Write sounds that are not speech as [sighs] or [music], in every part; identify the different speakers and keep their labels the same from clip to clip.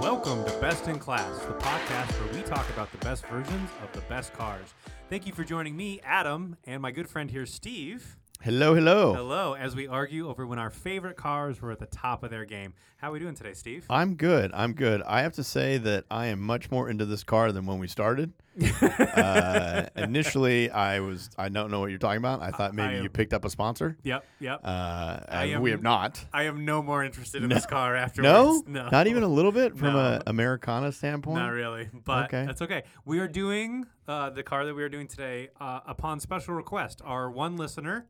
Speaker 1: Welcome to Best in Class, the podcast where we talk about the best versions of the best cars. Thank you for joining me, Adam, and my good friend here, Steve.
Speaker 2: Hello, hello.
Speaker 1: Hello, as we argue over when our favorite cars were at the top of their game. How are we doing today, Steve?
Speaker 2: I'm good. I'm good. I have to say that I am much more into this car than when we started.
Speaker 1: [laughs]
Speaker 2: uh, initially, I was. I don't know what you're talking about. I thought maybe
Speaker 1: am-
Speaker 2: you picked up a sponsor.
Speaker 1: Yep, yep.
Speaker 2: Uh,
Speaker 1: I
Speaker 2: and
Speaker 1: am-
Speaker 2: we have not.
Speaker 1: I am no more interested in
Speaker 2: No.
Speaker 1: this car afterwards.
Speaker 2: No?
Speaker 1: [laughs]
Speaker 2: not even a little bit from
Speaker 1: No.
Speaker 2: a Americana standpoint.
Speaker 1: Not really, but
Speaker 2: Okay.
Speaker 1: that's okay. We are doing uh, the car that we are doing today uh, upon special request. Our one listener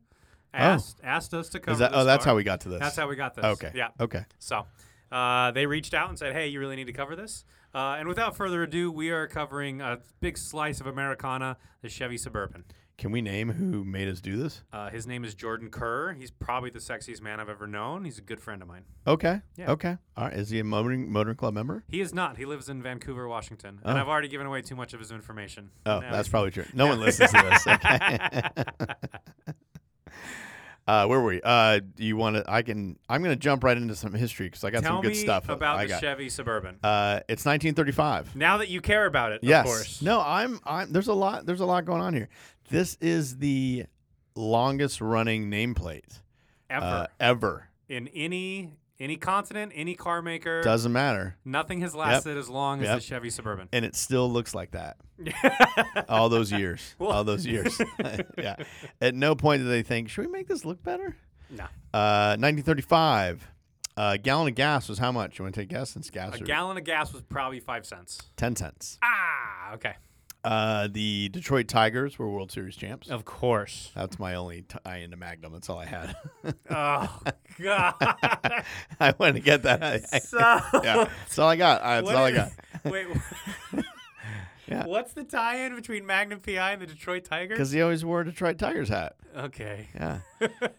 Speaker 1: asked asked us to cover.
Speaker 2: Oh. Is that,
Speaker 1: this
Speaker 2: oh, that's
Speaker 1: car.
Speaker 2: how we got to this.
Speaker 1: That's how we got this.
Speaker 2: Okay.
Speaker 1: Yeah.
Speaker 2: Okay.
Speaker 1: So uh, they reached out and said, "Hey, you really need to cover this." Uh, and without further ado, we are covering a big slice of Americana, the Chevy Suburban.
Speaker 2: Can we name who made us do this?
Speaker 1: Uh, his name is Jordan Kerr. He's probably the sexiest man I've ever known. He's a good friend of mine.
Speaker 2: Okay.
Speaker 1: Yeah.
Speaker 2: Okay. All right. Is he a motoring motoring club member?
Speaker 1: He is not. He lives in Vancouver, Washington. And
Speaker 2: Oh.
Speaker 1: I've already given away too much of his information.
Speaker 2: Oh,
Speaker 1: Now
Speaker 2: that's
Speaker 1: he's-
Speaker 2: probably true. No one listens to this.
Speaker 1: [laughs]
Speaker 2: Okay. [laughs] uh, where were we? Uh, do you want to? I can. I'm going to jump right into some history because I got
Speaker 1: Tell
Speaker 2: some good
Speaker 1: me
Speaker 2: stuff that
Speaker 1: about
Speaker 2: I
Speaker 1: the
Speaker 2: got.
Speaker 1: Chevy Suburban.
Speaker 2: Uh, it's 1935.
Speaker 1: Now that you care about it,
Speaker 2: yes.
Speaker 1: of course.
Speaker 2: No, uh, I'm. I'm. There's a lot. There's a lot going on here. This is the longest running nameplate
Speaker 1: Ever
Speaker 2: Uh, ever.
Speaker 1: in any any continent, any car maker,
Speaker 2: Doesn't matter,
Speaker 1: nothing has lasted as long as
Speaker 2: Yep.
Speaker 1: the Chevy Suburban.
Speaker 2: and it still looks
Speaker 1: [laughs]
Speaker 2: like that. all those years.
Speaker 1: Well-
Speaker 2: all
Speaker 1: [laughs]
Speaker 2: those years. [laughs] yeah. At no point did they think, should we make this look better?
Speaker 1: No.
Speaker 2: Uh, 1935. A gallon of gas was how much? You want to take gas since gas
Speaker 1: A
Speaker 2: or
Speaker 1: gallon of gas was probably five cents.
Speaker 2: 10 cents.
Speaker 1: Ah, okay.
Speaker 2: Uh, the Detroit Tigers were World Series champs.
Speaker 1: Of course.
Speaker 2: That's my only tie into Magnum. That's all I had.
Speaker 1: [laughs]
Speaker 2: [laughs]
Speaker 1: Oh God.
Speaker 2: I wanted to get that. I- I-
Speaker 1: so [laughs]
Speaker 2: yeah, that's all I got. I- That's
Speaker 1: what
Speaker 2: all I
Speaker 1: is- [laughs]
Speaker 2: got.
Speaker 1: Wait.
Speaker 2: [laughs] Yeah.
Speaker 1: What's the tie-in between Magnum PI and the Detroit Tigers?
Speaker 2: Because he always wore a Detroit Tigers hat.
Speaker 1: Okay. [laughs]
Speaker 2: Yeah.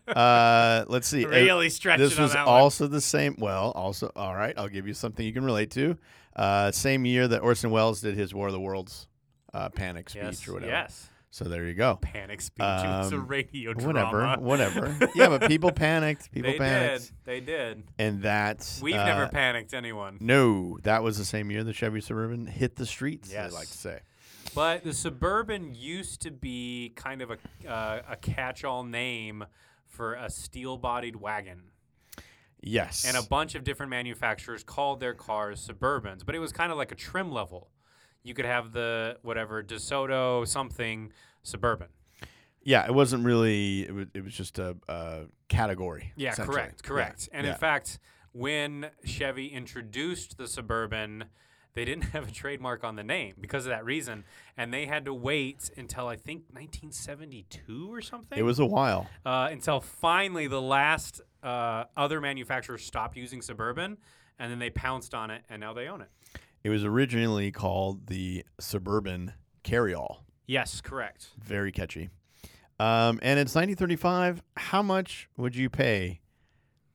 Speaker 2: Uh, let's see. A-
Speaker 1: Really stretching
Speaker 2: this
Speaker 1: on
Speaker 2: was
Speaker 1: that one.
Speaker 2: also the same. Well, also, all right, I'll give you something you can relate to. Uh, same year that Orson Welles did his War of the Worlds uh, panic speech
Speaker 1: Yes.
Speaker 2: or whatever.
Speaker 1: Yes.
Speaker 2: So there you go.
Speaker 1: Panic speech. it's a
Speaker 2: Um,
Speaker 1: radio
Speaker 2: Whatever,
Speaker 1: drama. [laughs]
Speaker 2: whatever. yeah, but people panicked. People
Speaker 1: They
Speaker 2: panicked,
Speaker 1: did. They did.
Speaker 2: and that's
Speaker 1: We've
Speaker 2: uh,
Speaker 1: never panicked anyone.
Speaker 2: No, that was the same year the Chevy Suburban hit the streets.
Speaker 1: Yes.
Speaker 2: They like to say.
Speaker 1: But the Suburban used to be kind of a, uh, a catch all name for a steel bodied wagon.
Speaker 2: Yes.
Speaker 1: And a bunch of different manufacturers called their cars Suburbans. But it was kind of like a trim level. You could have the whatever DeSoto something Suburban.
Speaker 2: yeah, it wasn't really. It was, it was just a, a category.
Speaker 1: Yeah,
Speaker 2: essentially.
Speaker 1: correct, correct.
Speaker 2: Yeah,
Speaker 1: And
Speaker 2: yeah.
Speaker 1: in fact, when Chevy introduced the Suburban, they didn't [laughs] have a trademark on the name because of that reason, and they had to wait until I think 1972 or something.
Speaker 2: it was a while.
Speaker 1: uh, until finally the last uh, other manufacturer stopped using Suburban, and then they pounced on it, and now they own it.
Speaker 2: It was originally called the Suburban Carryall.
Speaker 1: Yes, correct.
Speaker 2: Very catchy. Um, and it's 1935. How much would you pay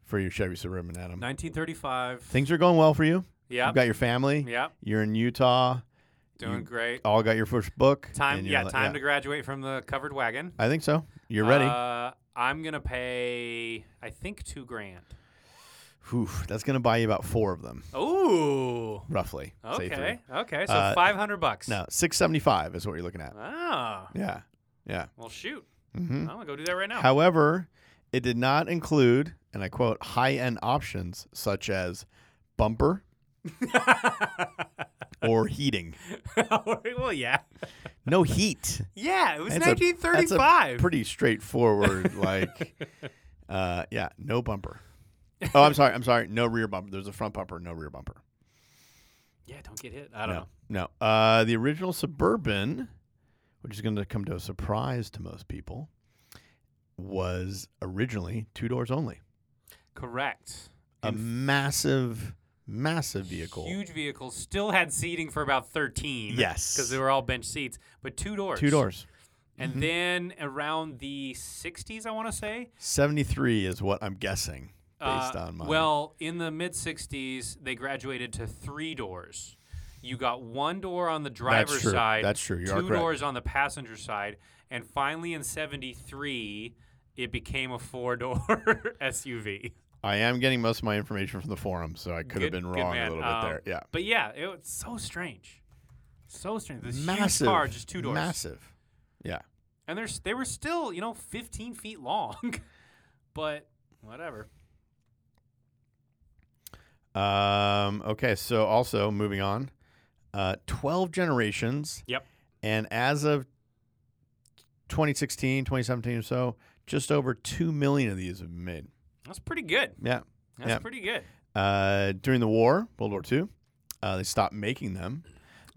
Speaker 2: for your Chevy Suburban, Adam?
Speaker 1: 1935.
Speaker 2: Things are going well for you.
Speaker 1: yeah,
Speaker 2: You've got your family.
Speaker 1: yeah,
Speaker 2: You're in Utah.
Speaker 1: doing
Speaker 2: you-
Speaker 1: great.
Speaker 2: All got your first book.
Speaker 1: Time,
Speaker 2: and you're
Speaker 1: yeah,
Speaker 2: like-
Speaker 1: time to graduate from the covered wagon.
Speaker 2: I think so. You're ready.
Speaker 1: Uh, I'm gonna pay, I think, two grand.
Speaker 2: Oof, that's going to buy you about four of them,
Speaker 1: Ooh.
Speaker 2: roughly. Say three.
Speaker 1: Okay. Okay. So
Speaker 2: Uh,
Speaker 1: 500 bucks.
Speaker 2: No, 675 is what you're looking at.
Speaker 1: Ah.
Speaker 2: Yeah. Yeah.
Speaker 1: Well, shoot.
Speaker 2: hmm
Speaker 1: I'm gonna go do that right now.
Speaker 2: However, it did not include, and I quote, high end options such as
Speaker 1: [laughs]
Speaker 2: bumper or heating.
Speaker 1: [laughs] well, yeah.
Speaker 2: No heat.
Speaker 1: Yeah. It was
Speaker 2: That's a- that's a
Speaker 1: 1935. [laughs]
Speaker 2: Pretty straightforward. like, uh, yeah, no bumper. Oh, I'm sorry. I'm sorry. No rear bumper. There's a front bumper, no rear bumper.
Speaker 1: yeah. Don't get hit. I don't
Speaker 2: no,
Speaker 1: know.
Speaker 2: no. Uh, the original Suburban, which is going to come to a surprise to most people, was originally two doors only.
Speaker 1: Correct.
Speaker 2: A
Speaker 1: In f-
Speaker 2: massive, massive vehicle.
Speaker 1: Huge vehicle. Still had seating for about 13.
Speaker 2: Yes.
Speaker 1: Because they were all bench seats, but two doors.
Speaker 2: Two doors.
Speaker 1: And
Speaker 2: Mm-hmm.
Speaker 1: then around the 60s, I want to say,
Speaker 2: 73 is what I'm guessing based
Speaker 1: Uh,
Speaker 2: on my.
Speaker 1: Well, in the mid 60s, they graduated to three doors. You got one door on the driver's
Speaker 2: true.
Speaker 1: side,
Speaker 2: That's true. You are
Speaker 1: two
Speaker 2: correct.
Speaker 1: doors on the passenger side, and [laughs] finally in 73, it became a four door SUV.
Speaker 2: I am getting most of my information from the forum, so I could have
Speaker 1: Good-
Speaker 2: been
Speaker 1: good
Speaker 2: wrong
Speaker 1: man.
Speaker 2: a little
Speaker 1: Um,
Speaker 2: bit there.
Speaker 1: But yeah, it was so strange. So strange. This
Speaker 2: Yeah,
Speaker 1: huge car, just two doors.
Speaker 2: Massive. Yeah.
Speaker 1: And there's they were still, you know, 15 feet long. [laughs] but whatever.
Speaker 2: Um, okay, so also moving on, uh, twelve generations.
Speaker 1: Yep.
Speaker 2: And as of 2016, 2017 or so, just over two million of these have been made.
Speaker 1: That's pretty good.
Speaker 2: Yeah.
Speaker 1: That's
Speaker 2: Yeah.
Speaker 1: pretty good.
Speaker 2: Uh, during the war, World War II, uh, they stopped making them.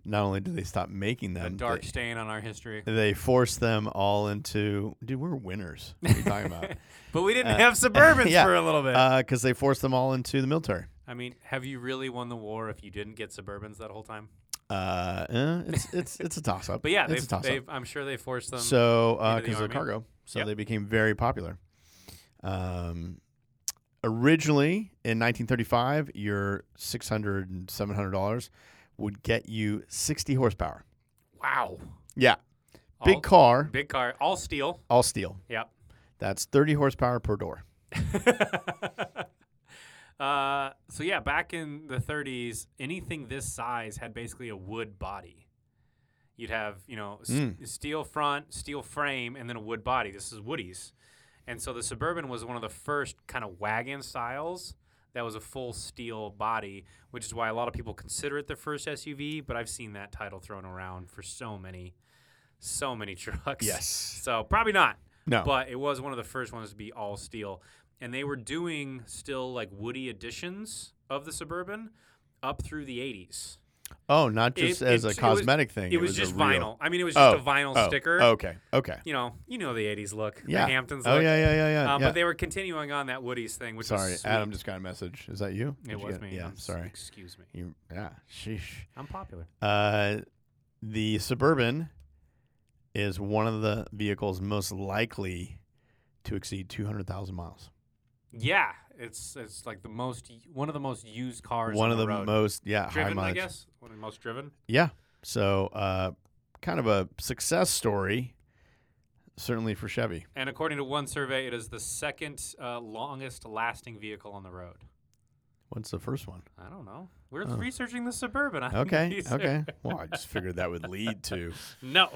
Speaker 2: Not only did they stop making
Speaker 1: A
Speaker 2: them,
Speaker 1: dark stain on our
Speaker 2: [laughs]
Speaker 1: history.
Speaker 2: They, they forced them all into. Dude, we're winners. What are you talking
Speaker 1: [laughs]
Speaker 2: about?
Speaker 1: But we didn't
Speaker 2: Uh,
Speaker 1: have Suburbans
Speaker 2: [laughs] yeah. Uh,
Speaker 1: for a little bit.
Speaker 2: Because they forced them all into the military.
Speaker 1: I mean, have you really won the war if you didn't get Suburbans that whole time?
Speaker 2: Uh, eh, it's it's it's a toss
Speaker 1: [laughs]
Speaker 2: up.
Speaker 1: But yeah,
Speaker 2: it's a
Speaker 1: they've,
Speaker 2: toss up.
Speaker 1: they've, I'm sure they forced them.
Speaker 2: so
Speaker 1: into the
Speaker 2: because of
Speaker 1: army.
Speaker 2: cargo, so
Speaker 1: Yep.
Speaker 2: they became very popular. Um, originally in 1935, your 600 and 700 dollars would get you 60 horsepower.
Speaker 1: wow.
Speaker 2: Yeah, big
Speaker 1: All-
Speaker 2: car,
Speaker 1: Big car. All steel.
Speaker 2: all steel.
Speaker 1: Yep.
Speaker 2: That's 30 horsepower per door.
Speaker 1: [laughs] uh, so yeah, back in the 30s, anything this size had basically a wood body. You'd have you know s-
Speaker 2: Mm.
Speaker 1: steel front, steel frame, and then a wood body. This is Woody's, and so the Suburban was one of the first kind of wagon styles that was a full steel body, which is why a lot of people consider it the first SUV. But I've seen that title thrown around for so many, so many [laughs] trucks.
Speaker 2: Yes.
Speaker 1: So probably not
Speaker 2: No.
Speaker 1: but it was one of the first ones to be all steel and they were doing still like woody editions of the suburban up through the 80s
Speaker 2: oh, not just
Speaker 1: it-
Speaker 2: as
Speaker 1: it-
Speaker 2: a
Speaker 1: it was-
Speaker 2: cosmetic thing.
Speaker 1: it, was,
Speaker 2: a
Speaker 1: just
Speaker 2: real-
Speaker 1: vinyl i mean it was just
Speaker 2: Oh,
Speaker 1: a vinyl
Speaker 2: oh,
Speaker 1: sticker
Speaker 2: Okay. Okay.
Speaker 1: you know you know the 80s look
Speaker 2: Yeah.
Speaker 1: the hamptons
Speaker 2: Oh
Speaker 1: look
Speaker 2: yeah, yeah, yeah, yeah.
Speaker 1: Um,
Speaker 2: yeah.
Speaker 1: but they were continuing on that woody's thing which
Speaker 2: sorry,
Speaker 1: was sweet.
Speaker 2: Adam just got a message. Is that you? Did
Speaker 1: it
Speaker 2: you
Speaker 1: was
Speaker 2: get-
Speaker 1: me
Speaker 2: Yeah.
Speaker 1: I'm s-
Speaker 2: Sorry.
Speaker 1: excuse me
Speaker 2: You, yeah. Sheesh.
Speaker 1: i'm popular
Speaker 2: Uh, the Suburban is one of the vehicles most likely to exceed 200,000 miles.
Speaker 1: yeah it's it's like the most one of the most used cars
Speaker 2: One
Speaker 1: on
Speaker 2: of
Speaker 1: the
Speaker 2: the
Speaker 1: road.
Speaker 2: most, yeah, high
Speaker 1: driven i
Speaker 2: mileage.
Speaker 1: guess one of the most driven
Speaker 2: Yeah. So, uh, kind of a success story, certainly for Chevy.
Speaker 1: And according to one survey, it is the second uh, longest lasting vehicle on the road.
Speaker 2: What's the first one?
Speaker 1: I don't know. We're
Speaker 2: Oh.
Speaker 1: researching the Suburban. [laughs] I
Speaker 2: Okay.
Speaker 1: [laughs] these are-
Speaker 2: okay. Well, I just figured that would
Speaker 1: [laughs]
Speaker 2: lead to.
Speaker 1: No.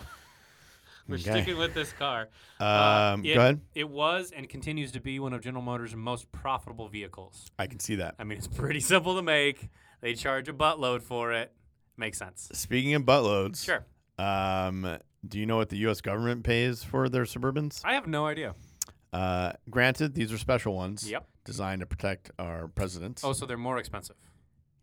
Speaker 1: We're
Speaker 2: Okay.
Speaker 1: sticking with this car.
Speaker 2: Um,
Speaker 1: it-
Speaker 2: go ahead.
Speaker 1: It was and continues to be one of General Motors' most profitable vehicles.
Speaker 2: I can see that.
Speaker 1: I mean, it's pretty [laughs] simple to make. They charge a buttload for it. Makes sense.
Speaker 2: Speaking of buttloads,
Speaker 1: Sure.
Speaker 2: um, do you know what the U.S. government pays for their Suburbans?
Speaker 1: I have no idea.
Speaker 2: Uh, granted, these are special ones.
Speaker 1: Yep.
Speaker 2: Designed to protect our presidents.
Speaker 1: Oh, so they're more expensive.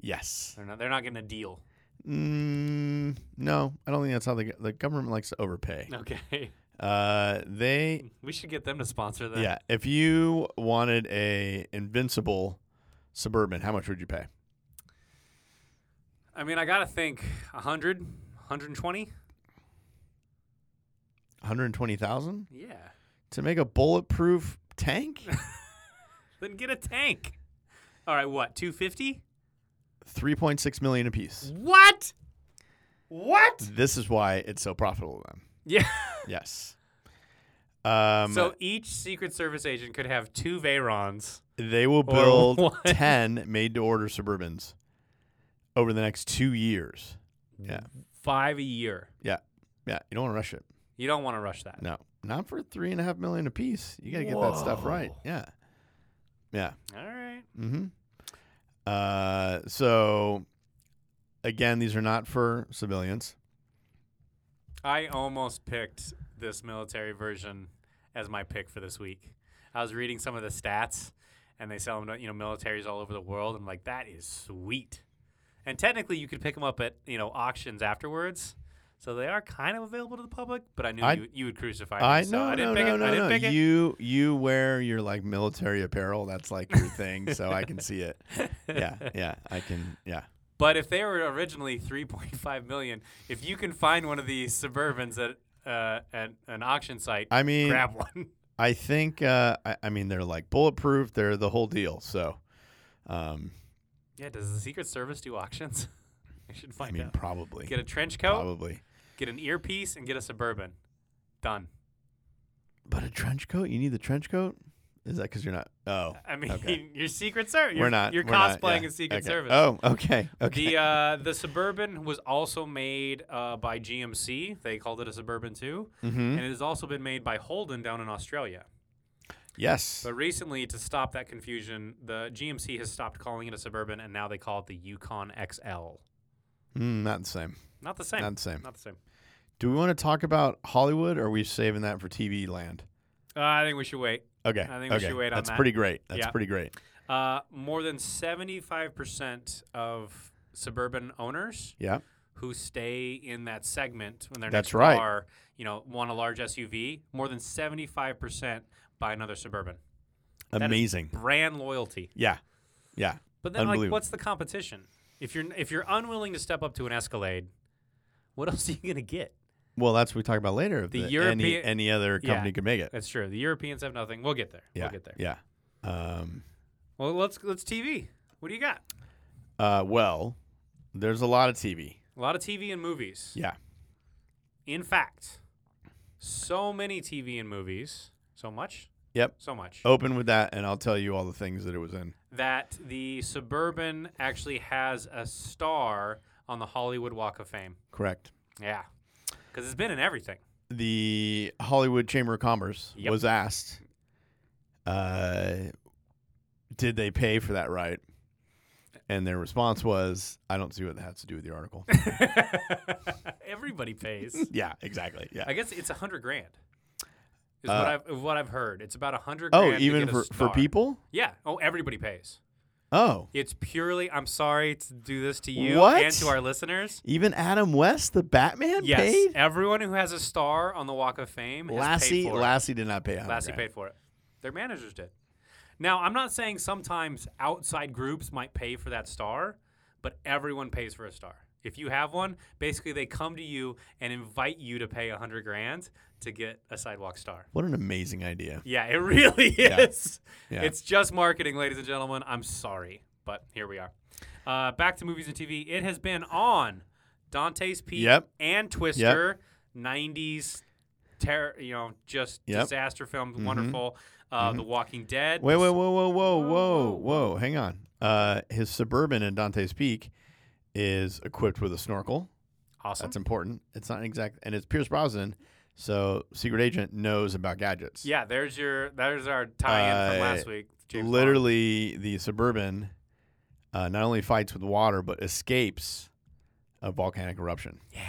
Speaker 2: yes.
Speaker 1: They're not. They're not getting a deal.
Speaker 2: Mm, no, I don't think that's how the the government likes to overpay.
Speaker 1: [laughs] Okay.
Speaker 2: Uh, they
Speaker 1: We should get them to sponsor that.
Speaker 2: yeah. If you wanted a invincible suburban, how much would you pay?
Speaker 1: I mean, I gotta think 100, 120.
Speaker 2: One hundred twenty thousand
Speaker 1: Yeah.
Speaker 2: to make a bulletproof tank.
Speaker 1: [laughs] Then get a tank. All right, what? 250?
Speaker 2: Three point six million apiece.
Speaker 1: What? What?
Speaker 2: This is why it's so profitable to them. [laughs]
Speaker 1: Yeah.
Speaker 2: Yes. Um,
Speaker 1: so each Secret Service agent could have two Veyrons.
Speaker 2: They will
Speaker 1: [laughs]
Speaker 2: build
Speaker 1: what?
Speaker 2: 10 made to order Suburbans over the next two years. Yeah.
Speaker 1: Five a year.
Speaker 2: Yeah. Yeah. You don't want to rush it.
Speaker 1: You don't want to rush that.
Speaker 2: No. Not for three and a half million apiece. You got to get that stuff right.
Speaker 1: Whoa.
Speaker 2: Yeah. Yeah.
Speaker 1: All right.
Speaker 2: Mm-hmm. Uh, so, again, these are not for civilians.
Speaker 1: I almost picked this military version as my pick for this week. I was reading some of the stats, and they sell them to you know militaries all over the world. I'm like, that is sweet. And technically, you could pick them up at you know auctions afterwards, so they are kind of available to the public. But I knew
Speaker 2: I-
Speaker 1: you, you would crucify me,
Speaker 2: I
Speaker 1: so
Speaker 2: no
Speaker 1: I didn't
Speaker 2: no
Speaker 1: pick it.
Speaker 2: no
Speaker 1: I
Speaker 2: no
Speaker 1: didn't
Speaker 2: no.
Speaker 1: pick [laughs]
Speaker 2: You you wear your like military apparel. That's like your thing. so I can see it.
Speaker 1: it. [laughs]
Speaker 2: Yeah yeah. I can yeah.
Speaker 1: But if they were originally 3.5 million, if you can find one of these Suburbans at uh, at an auction site,
Speaker 2: I mean,
Speaker 1: grab one. [laughs]
Speaker 2: I think uh, I, I mean they're like bulletproof. They're the whole deal. So, um,
Speaker 1: Yeah, does the Secret Service do auctions? [laughs] I should
Speaker 2: I
Speaker 1: find
Speaker 2: mean
Speaker 1: out.
Speaker 2: probably,
Speaker 1: Get a trench coat,
Speaker 2: probably.
Speaker 1: get an earpiece, and get a suburban. Done.
Speaker 2: But a trench coat? You need the trench coat? Is that because you're not? Oh,
Speaker 1: I mean,
Speaker 2: Okay.
Speaker 1: [laughs] your Secret Service.
Speaker 2: we're
Speaker 1: Uh,
Speaker 2: not.
Speaker 1: You're
Speaker 2: we're
Speaker 1: cosplaying
Speaker 2: not, yeah.
Speaker 1: as Secret
Speaker 2: Okay.
Speaker 1: Service.
Speaker 2: Oh, okay. Okay.
Speaker 1: The uh, the Suburban was also made uh, by GMC. They called it a Suburban too,
Speaker 2: hmm
Speaker 1: and it has also been made by Holden down in Australia.
Speaker 2: Yes.
Speaker 1: But recently, to stop that confusion, the GMC has stopped calling it a Suburban, and now they call it the Yukon XL.
Speaker 2: Mm, not the same.
Speaker 1: Not the same.
Speaker 2: Not the same.
Speaker 1: Not the same.
Speaker 2: Do we want to talk about Hollywood, or are we saving that for TV land?
Speaker 1: Uh, I think we should wait.
Speaker 2: Okay.
Speaker 1: I think we
Speaker 2: okay.
Speaker 1: should wait on
Speaker 2: That's
Speaker 1: that.
Speaker 2: pretty great. That's
Speaker 1: Yeah.
Speaker 2: pretty great.
Speaker 1: Uh, more than seventy-five percent of Suburban owners
Speaker 2: Yeah.
Speaker 1: who stay in that segment when they're
Speaker 2: That's
Speaker 1: next
Speaker 2: right.
Speaker 1: car, you know, want a large SUV. More than seventy-five percent buy another Suburban. is-
Speaker 2: Amazing.
Speaker 1: Brand loyalty.
Speaker 2: Yeah. Yeah.
Speaker 1: But then, like,
Speaker 2: Unbelievable.
Speaker 1: what's the competition? If you're if you're unwilling to step up to an Escalade, what else are you gonna get?
Speaker 2: Well, that's what we talk about later.
Speaker 1: The
Speaker 2: that any
Speaker 1: European-
Speaker 2: any other
Speaker 1: Yeah.
Speaker 2: company could make it.
Speaker 1: That's true. The Europeans have nothing. We'll get there.
Speaker 2: Yeah.
Speaker 1: We'll get there.
Speaker 2: Yeah. Um,
Speaker 1: Well, let's let's TV. What do you got?
Speaker 2: uh, well, there's a lot of TV.
Speaker 1: A lot of TV and movies.
Speaker 2: Yeah.
Speaker 1: In fact, so many TV and movies, so much.
Speaker 2: Yep. Oh.
Speaker 1: So much.
Speaker 2: Open with that, and I'll tell you all the things that it was in.
Speaker 1: That the Suburban actually has a star on the Hollywood Walk of Fame.
Speaker 2: Correct.
Speaker 1: Yeah. Because it's been in everything. [laughs]
Speaker 2: the Hollywood Chamber of Commerce
Speaker 1: Yep.
Speaker 2: was asked, uh, did they pay for that right? And their response was, I don't see what that has to do with
Speaker 1: [laughs]
Speaker 2: the article.
Speaker 1: Everybody pays.
Speaker 2: yeah, exactly. Yeah.
Speaker 1: I guess it's a hundred grand. Is
Speaker 2: Uh,
Speaker 1: what I've of what I've heard. It's about a hundred.
Speaker 2: oh,
Speaker 1: grand to
Speaker 2: even
Speaker 1: get a
Speaker 2: for, for
Speaker 1: star.
Speaker 2: people?
Speaker 1: Yeah. Oh, everybody pays.
Speaker 2: Oh,
Speaker 1: It's purely. I'm sorry to do this to you
Speaker 2: What?
Speaker 1: and to our listeners.
Speaker 2: [laughs] even Adam West, the Batman,
Speaker 1: Yes,
Speaker 2: paid?
Speaker 1: everyone who has a star on the Walk of Fame has
Speaker 2: Lassie,
Speaker 1: paid for
Speaker 2: Lassie did not pay.
Speaker 1: it. Lassie paid for it. Their managers did. Now, I'm not saying sometimes outside groups might pay for that star, but everyone pays for a star. If you have one, basically they come to you and invite you to pay a hundred grand to get a sidewalk star.
Speaker 2: What an amazing idea.
Speaker 1: Yeah, it really
Speaker 2: Yeah.
Speaker 1: is.
Speaker 2: Yeah.
Speaker 1: It's just marketing, ladies and gentlemen. I'm sorry, but here we are. Uh, back to movies and TV. It has been on Dante's Peak
Speaker 2: Yep.
Speaker 1: and Twister, 90s, ter- you know, just
Speaker 2: Yep. Mm-hmm.
Speaker 1: disaster films. Wonderful. Uh, The Walking Dead.
Speaker 2: Wait, wait, whoa, whoa,
Speaker 1: Whoa,
Speaker 2: whoa, whoa,
Speaker 1: whoa,
Speaker 2: whoa. Hang on. Uh, his Suburban in Dante's Peak is equipped with a snorkel.
Speaker 1: Awesome.
Speaker 2: That's important. It's not exact, and it's Pierce Brosnan, so secret agent knows about gadgets.
Speaker 1: yeah, there's your there's our tie-in from
Speaker 2: Uh,
Speaker 1: last week. James Bond.
Speaker 2: literally the suburban uh, not only fights with water but escapes a volcanic eruption. Yeah.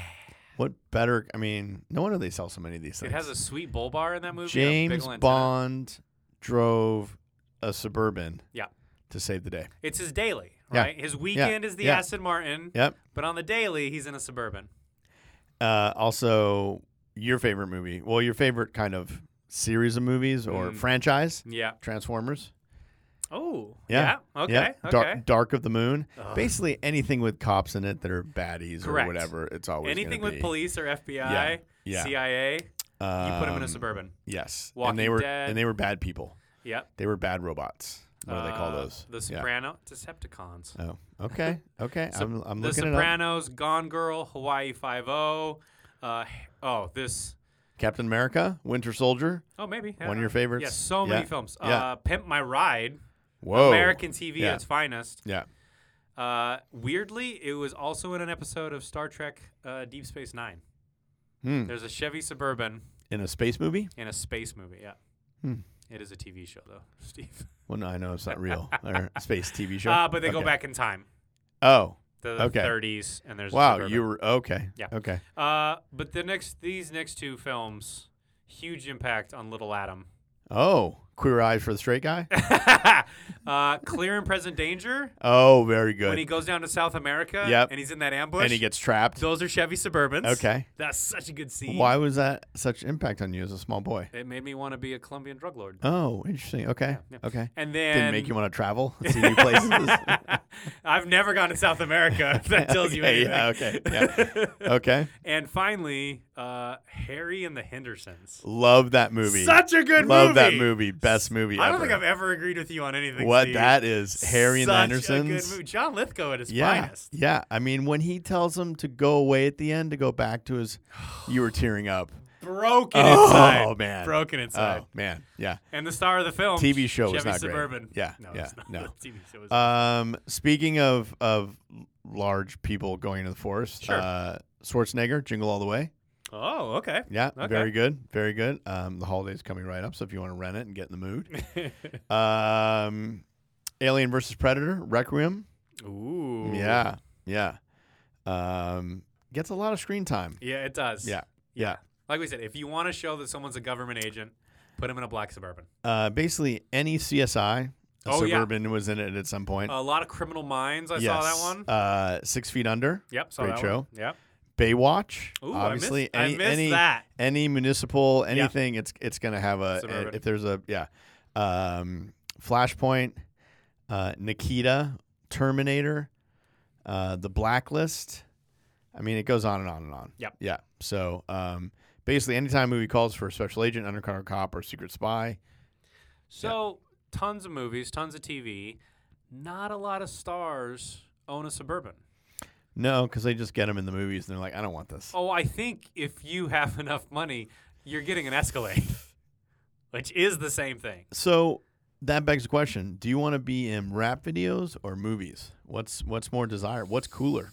Speaker 2: What better? I mean, no wonder they sell so many of these
Speaker 1: It
Speaker 2: things.
Speaker 1: has a sweet bull bar in that movie. and a big
Speaker 2: James
Speaker 1: old antenna.
Speaker 2: Bond drove a suburban.
Speaker 1: Yeah.
Speaker 2: To save the day.
Speaker 1: It's his daily,
Speaker 2: Yeah.
Speaker 1: right? His weekend is the
Speaker 2: Yeah.
Speaker 1: Aston Martin,
Speaker 2: Yep.
Speaker 1: but on the daily he's in a suburban.
Speaker 2: Uh, also, your favorite movie? Well, your favorite kind of series of movies or
Speaker 1: Mm.
Speaker 2: franchise?
Speaker 1: Yeah.
Speaker 2: Transformers.
Speaker 1: Oh.
Speaker 2: Yeah.
Speaker 1: Okay.
Speaker 2: Yep. Dar-
Speaker 1: Okay.
Speaker 2: Dark of the Moon.
Speaker 1: Ugh.
Speaker 2: Basically anything with cops in it that are baddies
Speaker 1: Correct.
Speaker 2: or whatever. It's always gonna
Speaker 1: Anything with
Speaker 2: be-
Speaker 1: police or FBI,
Speaker 2: Yeah.
Speaker 1: CIA, you put them in a
Speaker 2: Um,
Speaker 1: suburban.
Speaker 2: Yes.
Speaker 1: Walking
Speaker 2: and they were
Speaker 1: Dead.
Speaker 2: and they were bad people.
Speaker 1: Yep.
Speaker 2: They were bad robots. What do they call
Speaker 1: Uh,
Speaker 2: those?
Speaker 1: The
Speaker 2: Yeah.
Speaker 1: Soprano, Decepticons. [laughs]
Speaker 2: Oh, okay, okay.
Speaker 1: So-
Speaker 2: I'm, I'm
Speaker 1: the
Speaker 2: looking it up.
Speaker 1: Sopranos, Gone Girl, Hawaii Five O. Uh, oh, this.
Speaker 2: Captain America, Winter Soldier,
Speaker 1: Oh, maybe
Speaker 2: one of your
Speaker 1: Uh,
Speaker 2: favorites.
Speaker 1: Yeah, so many
Speaker 2: Yeah.
Speaker 1: films.
Speaker 2: Yeah.
Speaker 1: Uh, Pimp My Ride,
Speaker 2: Whoa,
Speaker 1: American TV
Speaker 2: Yeah.
Speaker 1: at its finest.
Speaker 2: Yeah,
Speaker 1: Uh, weirdly, it was also in an episode of Star Trek: uh, Deep Space Nine.
Speaker 2: Hmm.
Speaker 1: There's a Chevy Suburban
Speaker 2: in a space movie.
Speaker 1: in a space movie. Yeah.
Speaker 2: Hmm.
Speaker 1: It is a TV show though, [laughs] Steve.
Speaker 2: Well, no, I know it's not
Speaker 1: [laughs]
Speaker 2: real. or a space TV show.
Speaker 1: Uh, but they go
Speaker 2: Okay.
Speaker 1: back in time,
Speaker 2: Oh,
Speaker 1: the
Speaker 2: Okay.
Speaker 1: 30s, and there's a
Speaker 2: wow,
Speaker 1: Suburban.
Speaker 2: you were okay.
Speaker 1: Yeah.
Speaker 2: okay.
Speaker 1: Uh, but the next these next two films, huge impact on Little Adam. [laughs]
Speaker 2: Oh, Queer Eye for the Straight Guy.
Speaker 1: uh, Clear and Present Danger
Speaker 2: Oh, very
Speaker 1: when
Speaker 2: good.
Speaker 1: he goes down to South America.
Speaker 2: Yep.
Speaker 1: and he's in that ambush.
Speaker 2: And he gets trapped.
Speaker 1: those are Chevy Suburbans.
Speaker 2: Okay.
Speaker 1: that's such a good scene.
Speaker 2: Why was that such impact on you as a small boy?
Speaker 1: It made me want to be a Colombian drug lord.
Speaker 2: Oh, interesting. Okay.
Speaker 1: Yeah.
Speaker 2: Okay.
Speaker 1: And then
Speaker 2: Didn't make you want
Speaker 1: [laughs]
Speaker 2: to travel, see new places.
Speaker 1: I've never gone to South America. [laughs] If that tells you
Speaker 2: [laughs] Okay,
Speaker 1: anything.
Speaker 2: yeah,
Speaker 1: [laughs]
Speaker 2: okay, okay.
Speaker 1: and finally, uh, Harry and the Hendersons.
Speaker 2: Love that movie.
Speaker 1: Such a good
Speaker 2: Love
Speaker 1: movie.
Speaker 2: that movie. Best movie
Speaker 1: I
Speaker 2: ever.
Speaker 1: don't think I've ever agreed with you on anything.
Speaker 2: what
Speaker 1: Steve.
Speaker 2: that is, Harry and the
Speaker 1: Such
Speaker 2: Andersons.
Speaker 1: A good movie. John Lithgow at his
Speaker 2: Yeah,
Speaker 1: finest.
Speaker 2: yeah. I mean, when he tells him to go away at the end to go back to his, you were tearing up.
Speaker 1: broken
Speaker 2: Oh,
Speaker 1: inside.
Speaker 2: man.
Speaker 1: Broken inside.
Speaker 2: Oh man, yeah.
Speaker 1: And the star of the film,
Speaker 2: TV show
Speaker 1: Chevy
Speaker 2: was not great.
Speaker 1: Suburban.
Speaker 2: Yeah,
Speaker 1: no,
Speaker 2: yeah,
Speaker 1: it's [laughs] not.
Speaker 2: no.
Speaker 1: TV show was
Speaker 2: Um, speaking of of large people going into the forest,
Speaker 1: Sure.
Speaker 2: uh, Schwarzenegger, Jingle All the Way.
Speaker 1: Oh, okay.
Speaker 2: Yeah,
Speaker 1: Okay.
Speaker 2: very good, very good. Um, the holidays coming right up, so if you want to rent it and get in the mood,
Speaker 1: [laughs]
Speaker 2: um, Alien versus Predator, Requiem.
Speaker 1: Ooh.
Speaker 2: Yeah, yeah. Um, gets a lot of screen time.
Speaker 1: Yeah, it does.
Speaker 2: Yeah, yeah.
Speaker 1: Like we said, if you want to show that someone's a government agent, put him in a black suburban.
Speaker 2: Uh, basically, any CSI, a
Speaker 1: Oh, yeah.
Speaker 2: suburban was in it at some point.
Speaker 1: A lot of criminal minds. I saw that
Speaker 2: Yes.
Speaker 1: one.
Speaker 2: Uh, Six Feet Under,
Speaker 1: Yep, saw
Speaker 2: great
Speaker 1: that
Speaker 2: show.
Speaker 1: One. Yep.
Speaker 2: Baywatch.
Speaker 1: Ooh,
Speaker 2: obviously,
Speaker 1: I missed,
Speaker 2: any
Speaker 1: I missed
Speaker 2: any
Speaker 1: that.
Speaker 2: any municipal
Speaker 1: Yeah.
Speaker 2: anything, it's it's gonna have a,
Speaker 1: Suburban.
Speaker 2: if there's a yeah, um, Flashpoint, uh, Nikita, Terminator, uh, The Blacklist. I mean, it goes on and on and on.
Speaker 1: Yep.
Speaker 2: Yeah. So um, basically, anytime a movie calls for a special agent, undercover cop, or secret spy,
Speaker 1: So tons of movies, tons of TV. Not a lot of stars own a suburban.
Speaker 2: no, because they just get them in the movies and they're like, I don't want this.
Speaker 1: Oh, I think if you have [laughs] enough money, you're getting an Escalade, [laughs] which is the same thing.
Speaker 2: So that begs the question: Do you want to be in rap videos or movies? What's what's more desired? What's cooler?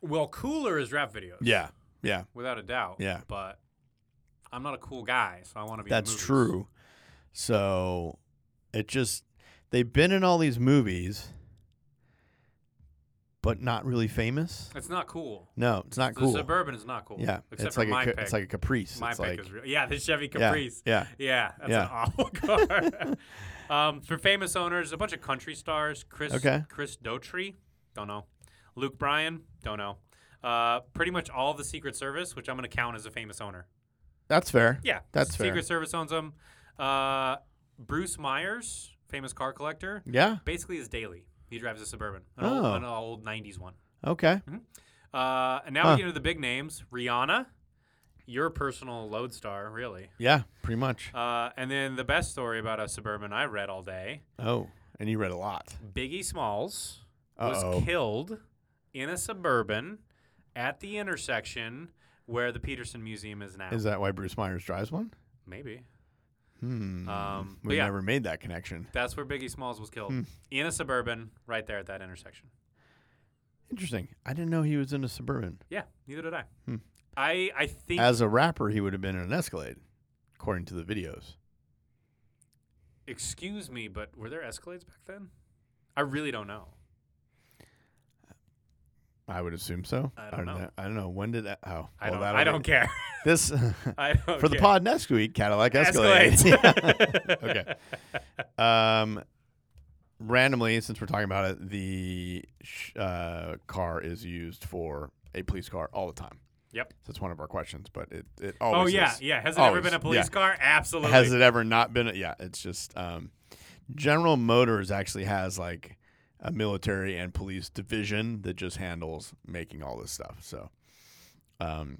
Speaker 1: Well, cooler is rap videos.
Speaker 2: Yeah, yeah,
Speaker 1: without a doubt.
Speaker 2: Yeah.
Speaker 1: but I'm not a cool guy, so I want to be. in
Speaker 2: that's
Speaker 1: movies.
Speaker 2: true. So it just they've been in all these movies, but not really famous.
Speaker 1: It's not cool.
Speaker 2: No, it's not
Speaker 1: the
Speaker 2: cool.
Speaker 1: suburban is not cool.
Speaker 2: yeah,
Speaker 1: except
Speaker 2: it's
Speaker 1: for
Speaker 2: like
Speaker 1: my
Speaker 2: a ca-
Speaker 1: pick.
Speaker 2: it's like a caprice.
Speaker 1: my
Speaker 2: it's
Speaker 1: pick
Speaker 2: like,
Speaker 1: is real. Yeah, the Chevy
Speaker 2: yeah,
Speaker 1: Caprice.
Speaker 2: Yeah,
Speaker 1: Yeah, that's
Speaker 2: Yeah.
Speaker 1: an awful [laughs] car. um, for famous owners, a bunch of country stars: Chris,
Speaker 2: Okay.
Speaker 1: Chris Dotry, don't know. Luke Bryan, don't know. Uh, pretty much all of the Secret Service, which I'm going to count as a famous owner.
Speaker 2: that's fair.
Speaker 1: Yeah,
Speaker 2: That's fair.
Speaker 1: Secret Service owns them. Uh, Bruce Myers, famous car collector,
Speaker 2: Yeah.
Speaker 1: basically his daily. He drives a suburban, an,
Speaker 2: Oh.
Speaker 1: old, an old '90s one.
Speaker 2: Okay.
Speaker 1: Uh, and now
Speaker 2: Huh.
Speaker 1: we get into the big names: Rihanna, your personal lodestar, really.
Speaker 2: Yeah. Pretty much.
Speaker 1: Uh, and then the best story about a suburban I read all day:
Speaker 2: Oh, and you read a lot.
Speaker 1: Biggie Smalls
Speaker 2: Uh-oh.
Speaker 1: was killed in a suburban at the intersection where the Peterson Museum is now.
Speaker 2: Is that why Bruce Myers drives one?
Speaker 1: Maybe
Speaker 2: Hmm.
Speaker 1: Um, but
Speaker 2: we
Speaker 1: yeah.
Speaker 2: never made that connection.
Speaker 1: that's where Biggie Smalls was
Speaker 2: Hmm.
Speaker 1: killed in a suburban, right there at that intersection.
Speaker 2: Interesting. I didn't know he was in a suburban.
Speaker 1: Yeah, neither did I. I I think
Speaker 2: Hmm. As a rapper, he would have been in an Escalade, according to the videos.
Speaker 1: Excuse me, but were there Escalades back then? I really don't know.
Speaker 2: I would assume so.
Speaker 1: I don't know.
Speaker 2: I don't know. When did that? Oh,
Speaker 1: I
Speaker 2: well,
Speaker 1: don't.
Speaker 2: that'll
Speaker 1: I
Speaker 2: be-
Speaker 1: don't care. [laughs]
Speaker 2: This [laughs]
Speaker 1: I don't
Speaker 2: for the
Speaker 1: care.
Speaker 2: pod next week. Cadillac
Speaker 1: [laughs]
Speaker 2: Escalade. [laughs]
Speaker 1: Escalades.
Speaker 2: Yeah. okay. Um, randomly, since we're talking about it, the sh- uh, car is used for a police car all the time.
Speaker 1: Yep.
Speaker 2: So it's one of our questions, but it it
Speaker 1: Oh
Speaker 2: always
Speaker 1: yeah,
Speaker 2: is.
Speaker 1: yeah. Has it ever
Speaker 2: Always.
Speaker 1: been a police
Speaker 2: Yeah.
Speaker 1: car? Absolutely.
Speaker 2: Has it ever not been? A, yeah, it's just um, General Motors actually has like a military and police division that just handles making all this stuff. So, um,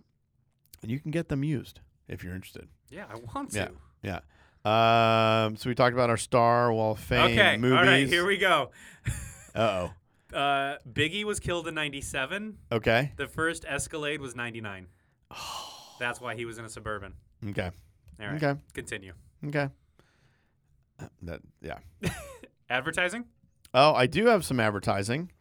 Speaker 2: and you can get them used if you're interested.
Speaker 1: Yeah, I want
Speaker 2: Yeah.
Speaker 1: to.
Speaker 2: Yeah. Um, so we talked about our Star Wall of Fame
Speaker 1: Okay.
Speaker 2: movies.
Speaker 1: All right. Here we go.
Speaker 2: Uh oh.
Speaker 1: Uh, Biggie was killed in '97.
Speaker 2: Okay.
Speaker 1: The first Escalade was '99.
Speaker 2: [sighs]
Speaker 1: That's why he was in a suburban.
Speaker 2: Okay.
Speaker 1: All right.
Speaker 2: Okay.
Speaker 1: Continue.
Speaker 2: Okay. Uh, That yeah.
Speaker 1: Advertising.
Speaker 2: Oh, I do have some advertising,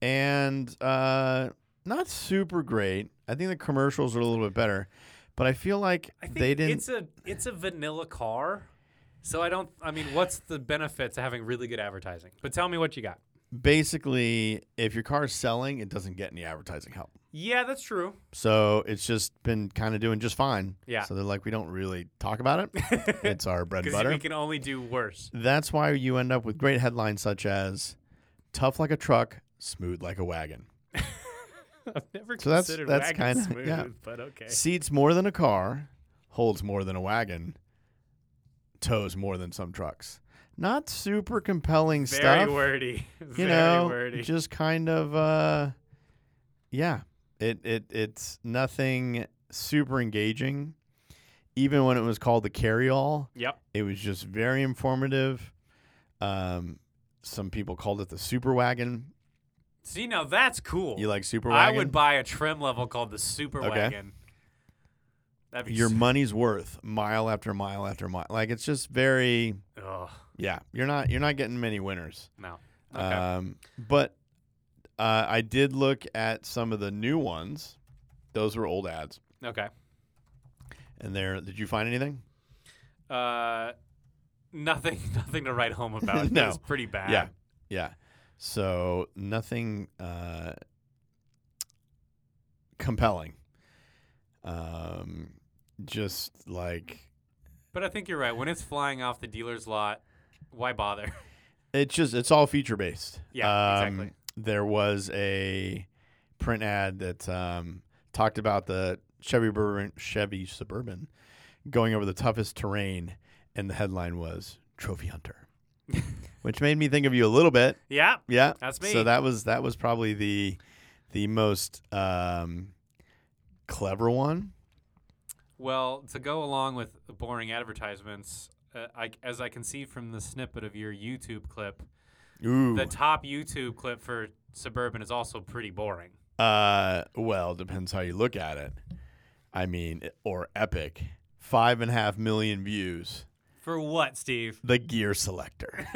Speaker 2: and uh, not super great. I think the commercials are a little bit better, but I feel like
Speaker 1: I think
Speaker 2: they didn't.
Speaker 1: It's a it's a vanilla car. So I don't. I mean, what's the benefits of having really good advertising? But tell me what you got.
Speaker 2: Basically, if your car is selling, it doesn't get any advertising help.
Speaker 1: Yeah, that's true.
Speaker 2: So it's just been kind of doing just fine.
Speaker 1: Yeah.
Speaker 2: So they're like, we don't really
Speaker 1: [laughs]
Speaker 2: talk about it. it's our bread and
Speaker 1: Because we
Speaker 2: butter.
Speaker 1: can only do worse.
Speaker 2: That's why you end up with great headlines such as "Tough like a truck, smooth like a wagon."
Speaker 1: [laughs] I've never
Speaker 2: So that's- considered that's wagon kinda- smooth, yeah.
Speaker 1: but okay.
Speaker 2: Seats more than a car, holds more than a wagon, tows more than some trucks. Not super compelling
Speaker 1: Very
Speaker 2: stuff.
Speaker 1: wordy. [laughs]
Speaker 2: You
Speaker 1: Very
Speaker 2: know,
Speaker 1: wordy.
Speaker 2: just kind of uh yeah. It it it's nothing super engaging. Even when it was called the carry all,
Speaker 1: yep.
Speaker 2: it was just very informative. Um some people called it the super wagon.
Speaker 1: See, now that's cool.
Speaker 2: You like super
Speaker 1: I
Speaker 2: wagon?
Speaker 1: would buy a trim level called the Super
Speaker 2: Okay.
Speaker 1: Wagon. That'd be
Speaker 2: your
Speaker 1: s-
Speaker 2: money's worth mile after mile after mile. Like it's just very
Speaker 1: Ugh,
Speaker 2: yeah. You're not you're not getting many winners.
Speaker 1: no. Okay.
Speaker 2: Um, but uh, I did look at some of the new ones. Those were old ads.
Speaker 1: okay.
Speaker 2: And there, did you find anything?
Speaker 1: Uh, nothing. [laughs] Nothing to write home
Speaker 2: [laughs]
Speaker 1: about.
Speaker 2: No.
Speaker 1: It's pretty bad.
Speaker 2: Yeah, yeah. So nothing uh, compelling. Um, just like
Speaker 1: But I think you're right. When it's flying off the dealer's lot, why bother? [laughs]
Speaker 2: It's just it's all feature based.
Speaker 1: Yeah, exactly.
Speaker 2: There was a print ad that um, talked about the Chevy Bourbon, Chevy Suburban going over the toughest terrain, and the headline was
Speaker 1: [laughs]
Speaker 2: "Trophy Hunter," which made me think of you a little bit.
Speaker 1: yeah.
Speaker 2: Yeah,
Speaker 1: That's me.
Speaker 2: So that was that was probably the the most um, clever one.
Speaker 1: Well, to go along with the boring advertisements, uh, I, as I can see from the snippet of your YouTube clip,
Speaker 2: Ooh.
Speaker 1: the top YouTube clip for Suburban is also pretty boring.
Speaker 2: Uh, well, depends how you look at it. I mean, or epic. Five and a half million views.
Speaker 1: For what, Steve?
Speaker 2: The gear
Speaker 1: [laughs]
Speaker 2: selector.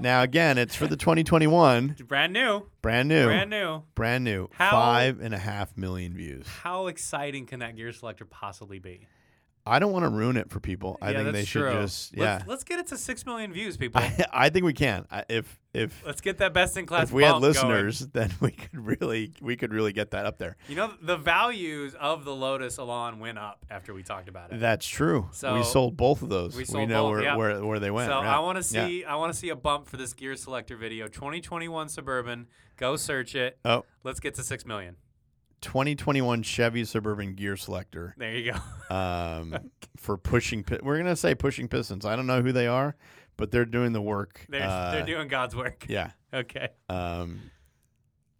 Speaker 2: now again, it's for the 2021,
Speaker 1: Brand new.
Speaker 2: brand new,
Speaker 1: Brand new.
Speaker 2: brand new.
Speaker 1: How-
Speaker 2: Five and a half million views.
Speaker 1: How exciting can that gear selector possibly be?
Speaker 2: I don't want to ruin it for people. I
Speaker 1: Yeah,
Speaker 2: think they
Speaker 1: that's
Speaker 2: should
Speaker 1: true.
Speaker 2: just yeah.
Speaker 1: Let's, let's get it to six million views,
Speaker 2: [laughs]
Speaker 1: people.
Speaker 2: I, I think we can. I, if if
Speaker 1: let's get that best in class.
Speaker 2: if we had
Speaker 1: bump going.
Speaker 2: listeners, [laughs] then we could really we could really get that up there.
Speaker 1: you know the values of the Lotus Elan went up after we talked about it.
Speaker 2: That's true.
Speaker 1: So-
Speaker 2: we sold both of those.
Speaker 1: We
Speaker 2: We,
Speaker 1: sold
Speaker 2: know
Speaker 1: both,
Speaker 2: where,
Speaker 1: yeah.
Speaker 2: where where they went.
Speaker 1: so
Speaker 2: yeah,
Speaker 1: I want to
Speaker 2: yeah.
Speaker 1: see I want to see a bump for this gear selector video. 2021 Suburban. Go search it.
Speaker 2: Oh,
Speaker 1: Let's get to six million.
Speaker 2: 2021 Chevy Suburban gear selector
Speaker 1: There you go. [laughs]
Speaker 2: um, for pushing. Pi- We're gonna say pushing Pistons. I don't know who they are, but they're doing the work.
Speaker 1: They're, they're
Speaker 2: uh,
Speaker 1: doing God's work.
Speaker 2: Yeah.
Speaker 1: [laughs] Okay.
Speaker 2: Um,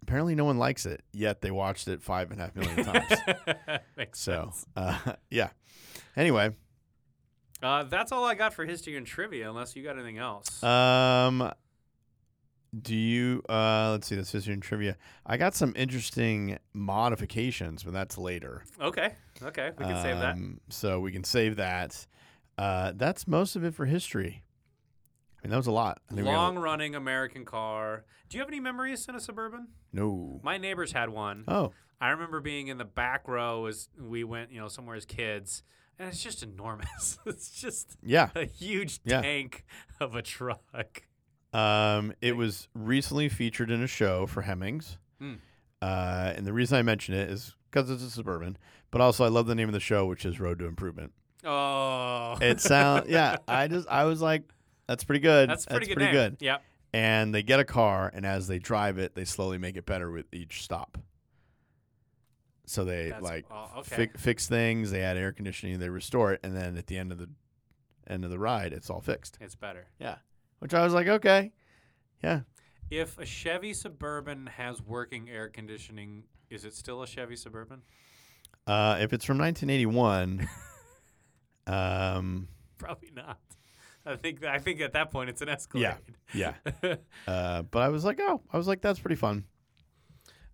Speaker 2: apparently, no one likes it yet. They watched it five and a half
Speaker 1: [laughs]
Speaker 2: million times.
Speaker 1: Makes
Speaker 2: so,
Speaker 1: sense.
Speaker 2: uh, [laughs] yeah. Anyway,
Speaker 1: Uh, that's all I got for history and trivia. Unless you got anything else.
Speaker 2: um, do you? Uh, let's see. This is in trivia. I got some interesting modifications, but that's later.
Speaker 1: okay. Okay. We can save that.
Speaker 2: Um, So we can save that. Uh, that's most of it for history. I mean, that was a lot. I think we got a-
Speaker 1: Long running American car. Do you have any memories in a Suburban?
Speaker 2: no.
Speaker 1: My neighbors had one.
Speaker 2: Oh,
Speaker 1: I remember being in the back row as we went, you know, somewhere as kids, and it's just enormous. [laughs] it's just
Speaker 2: yeah.
Speaker 1: a huge
Speaker 2: Yeah.
Speaker 1: tank of a truck.
Speaker 2: Um, it was recently featured in a show for Hemmings.
Speaker 1: Hmm.
Speaker 2: Uh, and the reason I mention it is because it's a suburban, but also I love the name of the show, which is Road to Improvement.
Speaker 1: [laughs] Oh,
Speaker 2: It sounds, yeah. I just, I was like, that's pretty good.
Speaker 1: that's a pretty good.
Speaker 2: pretty
Speaker 1: name.
Speaker 2: good.
Speaker 1: Yep.
Speaker 2: And they get a car, and as they drive it, they slowly make it better with each stop. So they
Speaker 1: That's-
Speaker 2: like
Speaker 1: oh, okay.
Speaker 2: fi- fix things. They add air conditioning. They restore it, and then at the end of the end of the ride, it's all fixed.
Speaker 1: It's better.
Speaker 2: Yeah, which I was like, okay, yeah,
Speaker 1: If a Chevy Suburban has working air conditioning, is it still a Chevy Suburban? [laughs]
Speaker 2: Uh, if it's from 1981, [laughs] um,
Speaker 1: Probably not. I think I think at that point it's an Escalade.
Speaker 2: yeah.
Speaker 1: [laughs]
Speaker 2: Uh, but I was like, oh, I was like, that's pretty fun.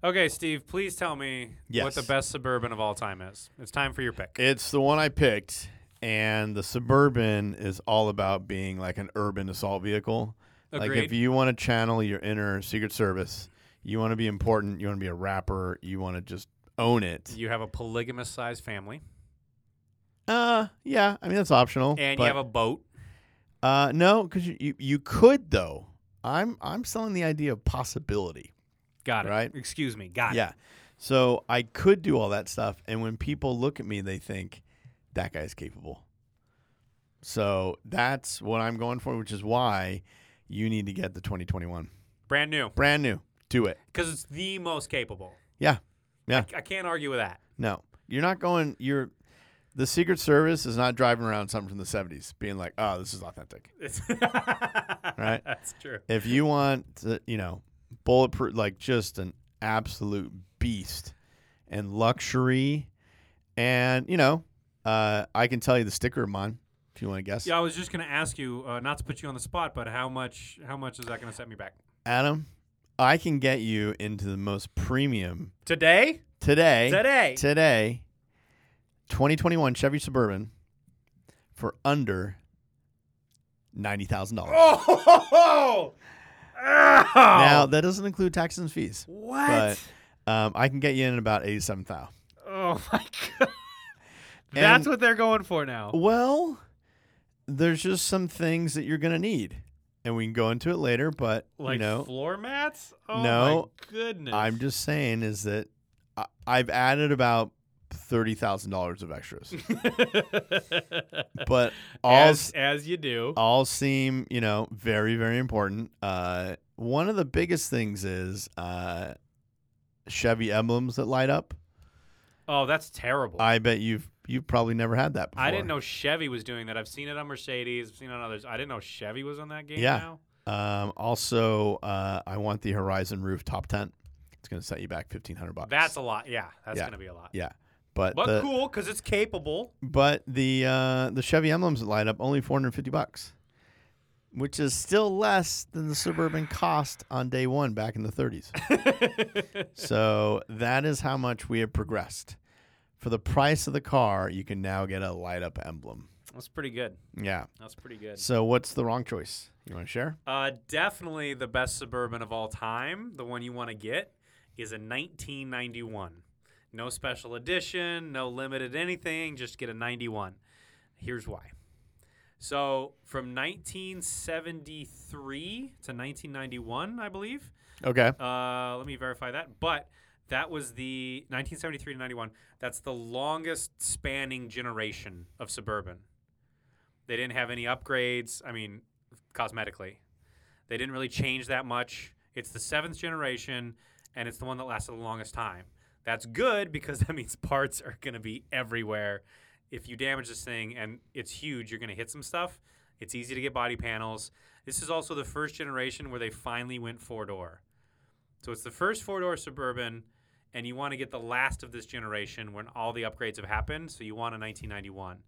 Speaker 1: okay, Steve, please tell me what
Speaker 2: Yes.
Speaker 1: the best Suburban of all time is. It's time for your pick.
Speaker 2: It's the one I picked, and the suburban is all about being like an urban assault vehicle. Like if
Speaker 1: Agreed.
Speaker 2: you want to channel your inner Secret Service, you want to be important, you want to be a rapper, you want to just own it.
Speaker 1: you have a polygamous sized family
Speaker 2: Uh, yeah. I mean, that's optional.
Speaker 1: and
Speaker 2: but-
Speaker 1: you have a boat.
Speaker 2: Uh, no, because you, you you could though. I'm I'm selling the idea of possibility.
Speaker 1: Got it.
Speaker 2: Right.
Speaker 1: Excuse me. Got it.
Speaker 2: Yeah. So I could do all that stuff. And when people look at me, they think that guy's capable. So that's what I'm going for, which is why you need to get the 2021.
Speaker 1: Brand new.
Speaker 2: Brand new. Do it.
Speaker 1: Because it's the most capable.
Speaker 2: Yeah. Yeah.
Speaker 1: I can't argue with that.
Speaker 2: No. You're not going, you're, the Secret Service is not driving around something from the 70s being like, oh, this is authentic.
Speaker 1: It's [laughs] That's true.
Speaker 2: If you want, to, you know, bulletproof, like just an absolute beast and luxury, and you know, uh, I can tell you the sticker of mine if you want to guess.
Speaker 1: Yeah, I was just gonna ask you, uh, not to put you on the spot, but how much how much is that gonna set me back?
Speaker 2: Adam, I can get you into the most premium
Speaker 1: Today?
Speaker 2: today.
Speaker 1: Today.
Speaker 2: Today, 2021 Chevy Suburban for under ninety thousand dollars.
Speaker 1: Oh! [laughs]
Speaker 2: Now that doesn't include taxes and fees,
Speaker 1: what?
Speaker 2: but um, I can get you in about eighty-seven thousand.
Speaker 1: [laughs]
Speaker 3: Oh my god. That's
Speaker 2: And-
Speaker 3: what they're going for now.
Speaker 2: Well, there's just some things that you're gonna need, and we can go into it later. But
Speaker 3: Like
Speaker 2: you know,
Speaker 3: floor mats? Oh
Speaker 2: No,
Speaker 3: my goodness.
Speaker 1: [laughs]
Speaker 2: I'm just saying is that I, I've added about thirty thousand dollars
Speaker 3: [laughs]
Speaker 2: of extras, but all
Speaker 3: as, as you do.
Speaker 2: all seem you know very very important. Uh, one of the biggest things is uh, Chevy emblems that light up.
Speaker 3: Oh, that's terrible.
Speaker 2: I bet you've you've probably never had that. before.
Speaker 1: I didn't know Chevy was doing that. I've seen it on Mercedes. I've seen it on others. I didn't know Chevy was on that game.
Speaker 2: Yeah.
Speaker 1: Now.
Speaker 2: Um, also, uh, I want the Horizon roof top tent. It's going to set you back fifteen hundred bucks.
Speaker 1: That's a lot. Yeah, that's
Speaker 2: Yeah.
Speaker 1: gonna be a lot.
Speaker 2: yeah, but
Speaker 1: But
Speaker 2: the,
Speaker 1: cool because it's capable.
Speaker 2: but the uh, the Chevy emblems that light up only four hundred fifty bucks, which is still less than the Suburban cost on day one back in the
Speaker 1: [laughs]
Speaker 2: thirties. so that is how much we have progressed. For the price of the car, you can now get a light up emblem.
Speaker 1: That's pretty good.
Speaker 2: Yeah.
Speaker 1: That's pretty good.
Speaker 2: So what's the wrong choice? You want to share?
Speaker 1: Uh, definitely the best suburban of all time. The one you want to get is a 1991. No special edition, no limited anything. Just get a 91. Here's why. So from 1973 to 1991, I believe.
Speaker 2: Okay.
Speaker 1: Uh, let me verify that. But that was the 1973 to 91. That's the longest spanning generation of Suburban. They didn't have any upgrades. I mean, cosmetically, they didn't really change that much. It's the seventh generation, and it's the one that lasted the longest time. That's good because [laughs] that means parts are going to be everywhere. If you damage this thing and it's huge, you're going to hit some stuff. It's easy to get body panels. This is also the first generation where they finally went four door. So it's the first four door suburban, and you want to get the last of this generation when all the upgrades have happened. So you want a 1991.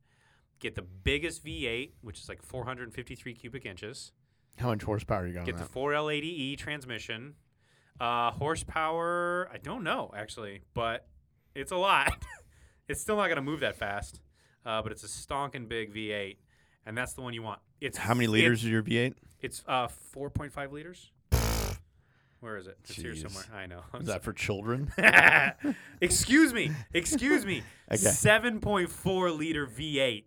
Speaker 1: Get the biggest V8, which is like 453 cubic inches.
Speaker 2: How much horsepower are you going?
Speaker 1: Get the 4L80E E transmission. Uh, horsepower, I don't know actually, but it's a lot. [laughs] it's still not going to move that fast, uh, but it's a stonking big V8, and that's the one you want. It's
Speaker 2: How many
Speaker 1: it-
Speaker 2: liters is your V8?
Speaker 1: it's uh, 4.5 liters. Where is it? It's here
Speaker 2: Jeez.
Speaker 1: somewhere. I know. I'm
Speaker 2: Is that for children? [laughs]
Speaker 1: [laughs] excuse me, excuse me.
Speaker 2: Okay.
Speaker 1: Seven point four liter V eight,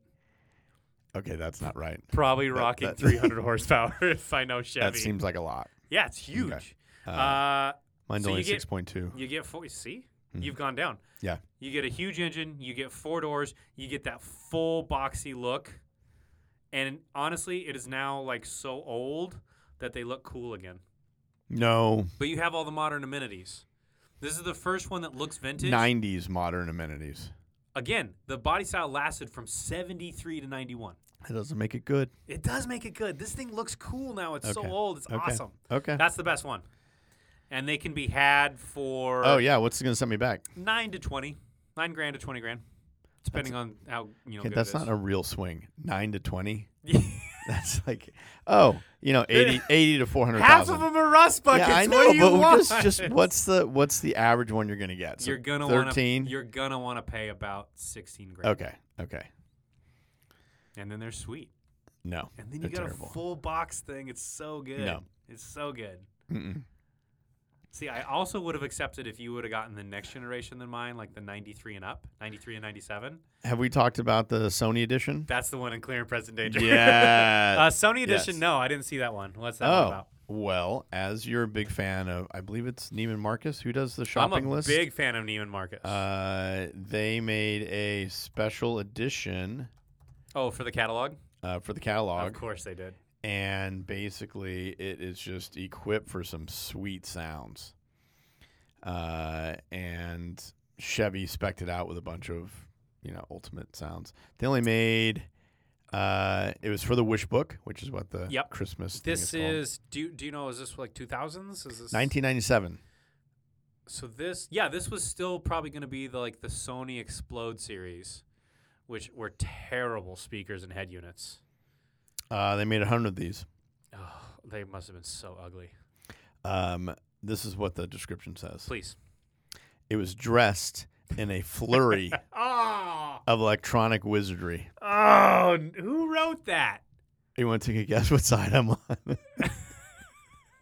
Speaker 2: okay, that's not right.
Speaker 1: probably rocking
Speaker 2: that-
Speaker 1: three
Speaker 2: [laughs]
Speaker 1: hundred horsepower. [laughs] If I know Chevy,
Speaker 2: That seems like a lot.
Speaker 1: yeah, it's huge.
Speaker 2: Okay.
Speaker 1: Uh,
Speaker 2: Mine's
Speaker 1: so
Speaker 2: only
Speaker 1: you get-
Speaker 2: six point two.
Speaker 1: you get four. See, you've gone down.
Speaker 2: Mm-hmm. Yeah.
Speaker 1: You get a huge engine. You get four doors. You get that full boxy look. And honestly, it is now like so old that they look cool again.
Speaker 2: No,
Speaker 1: But you have all the modern amenities. This is the first one that looks vintage.
Speaker 2: nineties modern amenities.
Speaker 1: Again, the body style lasted from 73 to 91.
Speaker 2: That doesn't make it good.
Speaker 1: It does make it good. This thing looks cool now. It's so
Speaker 2: Okay.
Speaker 1: old. It's
Speaker 2: Okay.
Speaker 1: awesome.
Speaker 2: Okay.
Speaker 1: That's the best one. And they can be had for
Speaker 2: oh yeah, what's going to set me back?
Speaker 1: nine to twenty, nine grand to twenty grand, depending on how you know.
Speaker 2: Okay,
Speaker 1: good
Speaker 2: that's
Speaker 1: it is.
Speaker 2: not a real swing. Nine to twenty.
Speaker 1: Half
Speaker 2: [laughs] That's like oh, you know, 80, 80 to four hundred
Speaker 1: of
Speaker 2: thousand.
Speaker 1: them are rust buckets.
Speaker 2: Yeah, I
Speaker 1: What
Speaker 2: know,
Speaker 1: do you
Speaker 2: but
Speaker 1: want?
Speaker 2: just just what's the what's the average one you're going to get?
Speaker 1: [laughs]
Speaker 2: So
Speaker 1: you're gonna want to.
Speaker 2: thirteen.
Speaker 1: You're gonna want to pay about sixteen grand.
Speaker 2: Okay, okay,
Speaker 1: And then they're sweet.
Speaker 2: no,
Speaker 1: And then you
Speaker 2: they're
Speaker 1: got
Speaker 2: terrible.
Speaker 1: a full box thing. It's so good.
Speaker 2: No.
Speaker 1: It's so good.
Speaker 2: Mm-mm.
Speaker 1: See, I also would have accepted if you would have gotten the next generation than mine, like the 93 and up, 93 and 97.
Speaker 2: Have we talked about the Sony edition?
Speaker 1: [laughs] That's the one in Clear and Present Danger.
Speaker 2: Yeah.
Speaker 1: [laughs] uh, Sony Edition,
Speaker 2: Yes.
Speaker 1: no, I didn't see that one. What's that one
Speaker 2: oh.
Speaker 1: about?
Speaker 2: Well, as you're a big fan of, I believe it's Neiman Marcus who does the shopping
Speaker 1: I'm a
Speaker 2: list.
Speaker 1: big fan of Neiman Marcus.
Speaker 2: Uh, they made a special edition
Speaker 1: oh, for the catalog?
Speaker 2: uh, for the
Speaker 1: Of
Speaker 2: catalog,
Speaker 1: course they did.
Speaker 2: and basically it is just equipped for some sweet sounds. Uh, and Chevy specced it out with a bunch of you know ultimate sounds. They only made uh, it was for the Wish Book, which is what the
Speaker 1: Yep.
Speaker 2: Christmas. thing
Speaker 1: This
Speaker 2: called.
Speaker 1: is, do, you- do you know, is this like 2000s? Is this
Speaker 2: 1997.
Speaker 1: So this, yeah, this was still probably going to be the like the Sony Explode series, which were terrible speakers and head units.
Speaker 2: Uh, they made a hundred of these.
Speaker 1: Oh, they must have been so ugly.
Speaker 2: Um, this is what the description says.
Speaker 1: Please. [laughs]
Speaker 2: It was dressed in a flurry
Speaker 1: Ah!
Speaker 2: of electronic wizardry.
Speaker 1: Oh, n- who wrote that?
Speaker 2: You want to take a guess what side I'm on?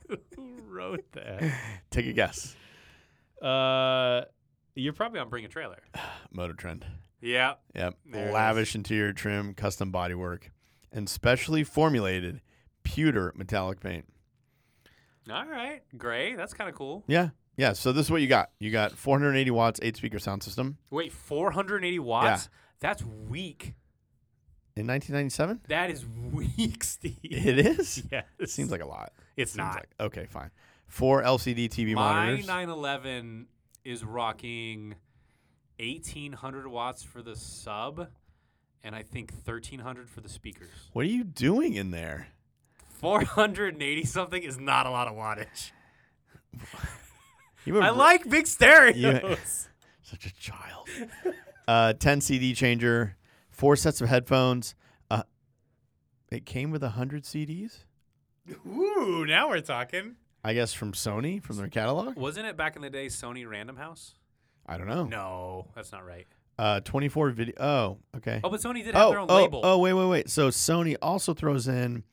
Speaker 2: [laughs]
Speaker 1: Who wrote that?
Speaker 2: [laughs] take a guess.
Speaker 3: Uh,
Speaker 1: You're probably on Bring a Trailer.
Speaker 2: Motor Trend.
Speaker 1: Yeah.
Speaker 2: Yep.
Speaker 1: There it
Speaker 2: Lavish interior trim, custom bodywork, and specially formulated pewter metallic paint.
Speaker 1: All right. Gray. That's kind of cool.
Speaker 2: Yeah. Yeah. So this is what you got. You got 480 watts, eight speaker sound system
Speaker 1: Wait, 480 watts? That's weak.
Speaker 2: in 1997.
Speaker 1: That is [laughs] weak, Steve.
Speaker 2: It is.
Speaker 1: Yes.
Speaker 2: It seems like a lot.
Speaker 1: it's
Speaker 2: Seems
Speaker 1: not.
Speaker 2: like- okay, fine. Four LCD TV
Speaker 1: My
Speaker 2: monitors.
Speaker 1: 911 is rocking 1800 watts for the sub and I think 1300 for the speakers.
Speaker 2: What are you doing in there?
Speaker 1: 480 something is not a lot of
Speaker 2: [laughs]
Speaker 1: wattage.
Speaker 2: You were
Speaker 1: I like big stereos.
Speaker 2: such a child. [laughs] uh, 10 CD changer, four sets of headphones. Uh, it came with 100 CDs,
Speaker 3: ooh, now we're talking.
Speaker 2: I guess, from Sony, from their catalog.
Speaker 1: Wasn't it back in the day Sony Random House?
Speaker 2: I don't know.
Speaker 1: No, that's not right.
Speaker 2: Uh, 24 video. Oh, okay.
Speaker 1: Oh, but Sony did have
Speaker 2: oh,
Speaker 1: their own
Speaker 2: oh,
Speaker 1: label. [laughs]
Speaker 2: oh, wait, wait, wait. So Sony also throws in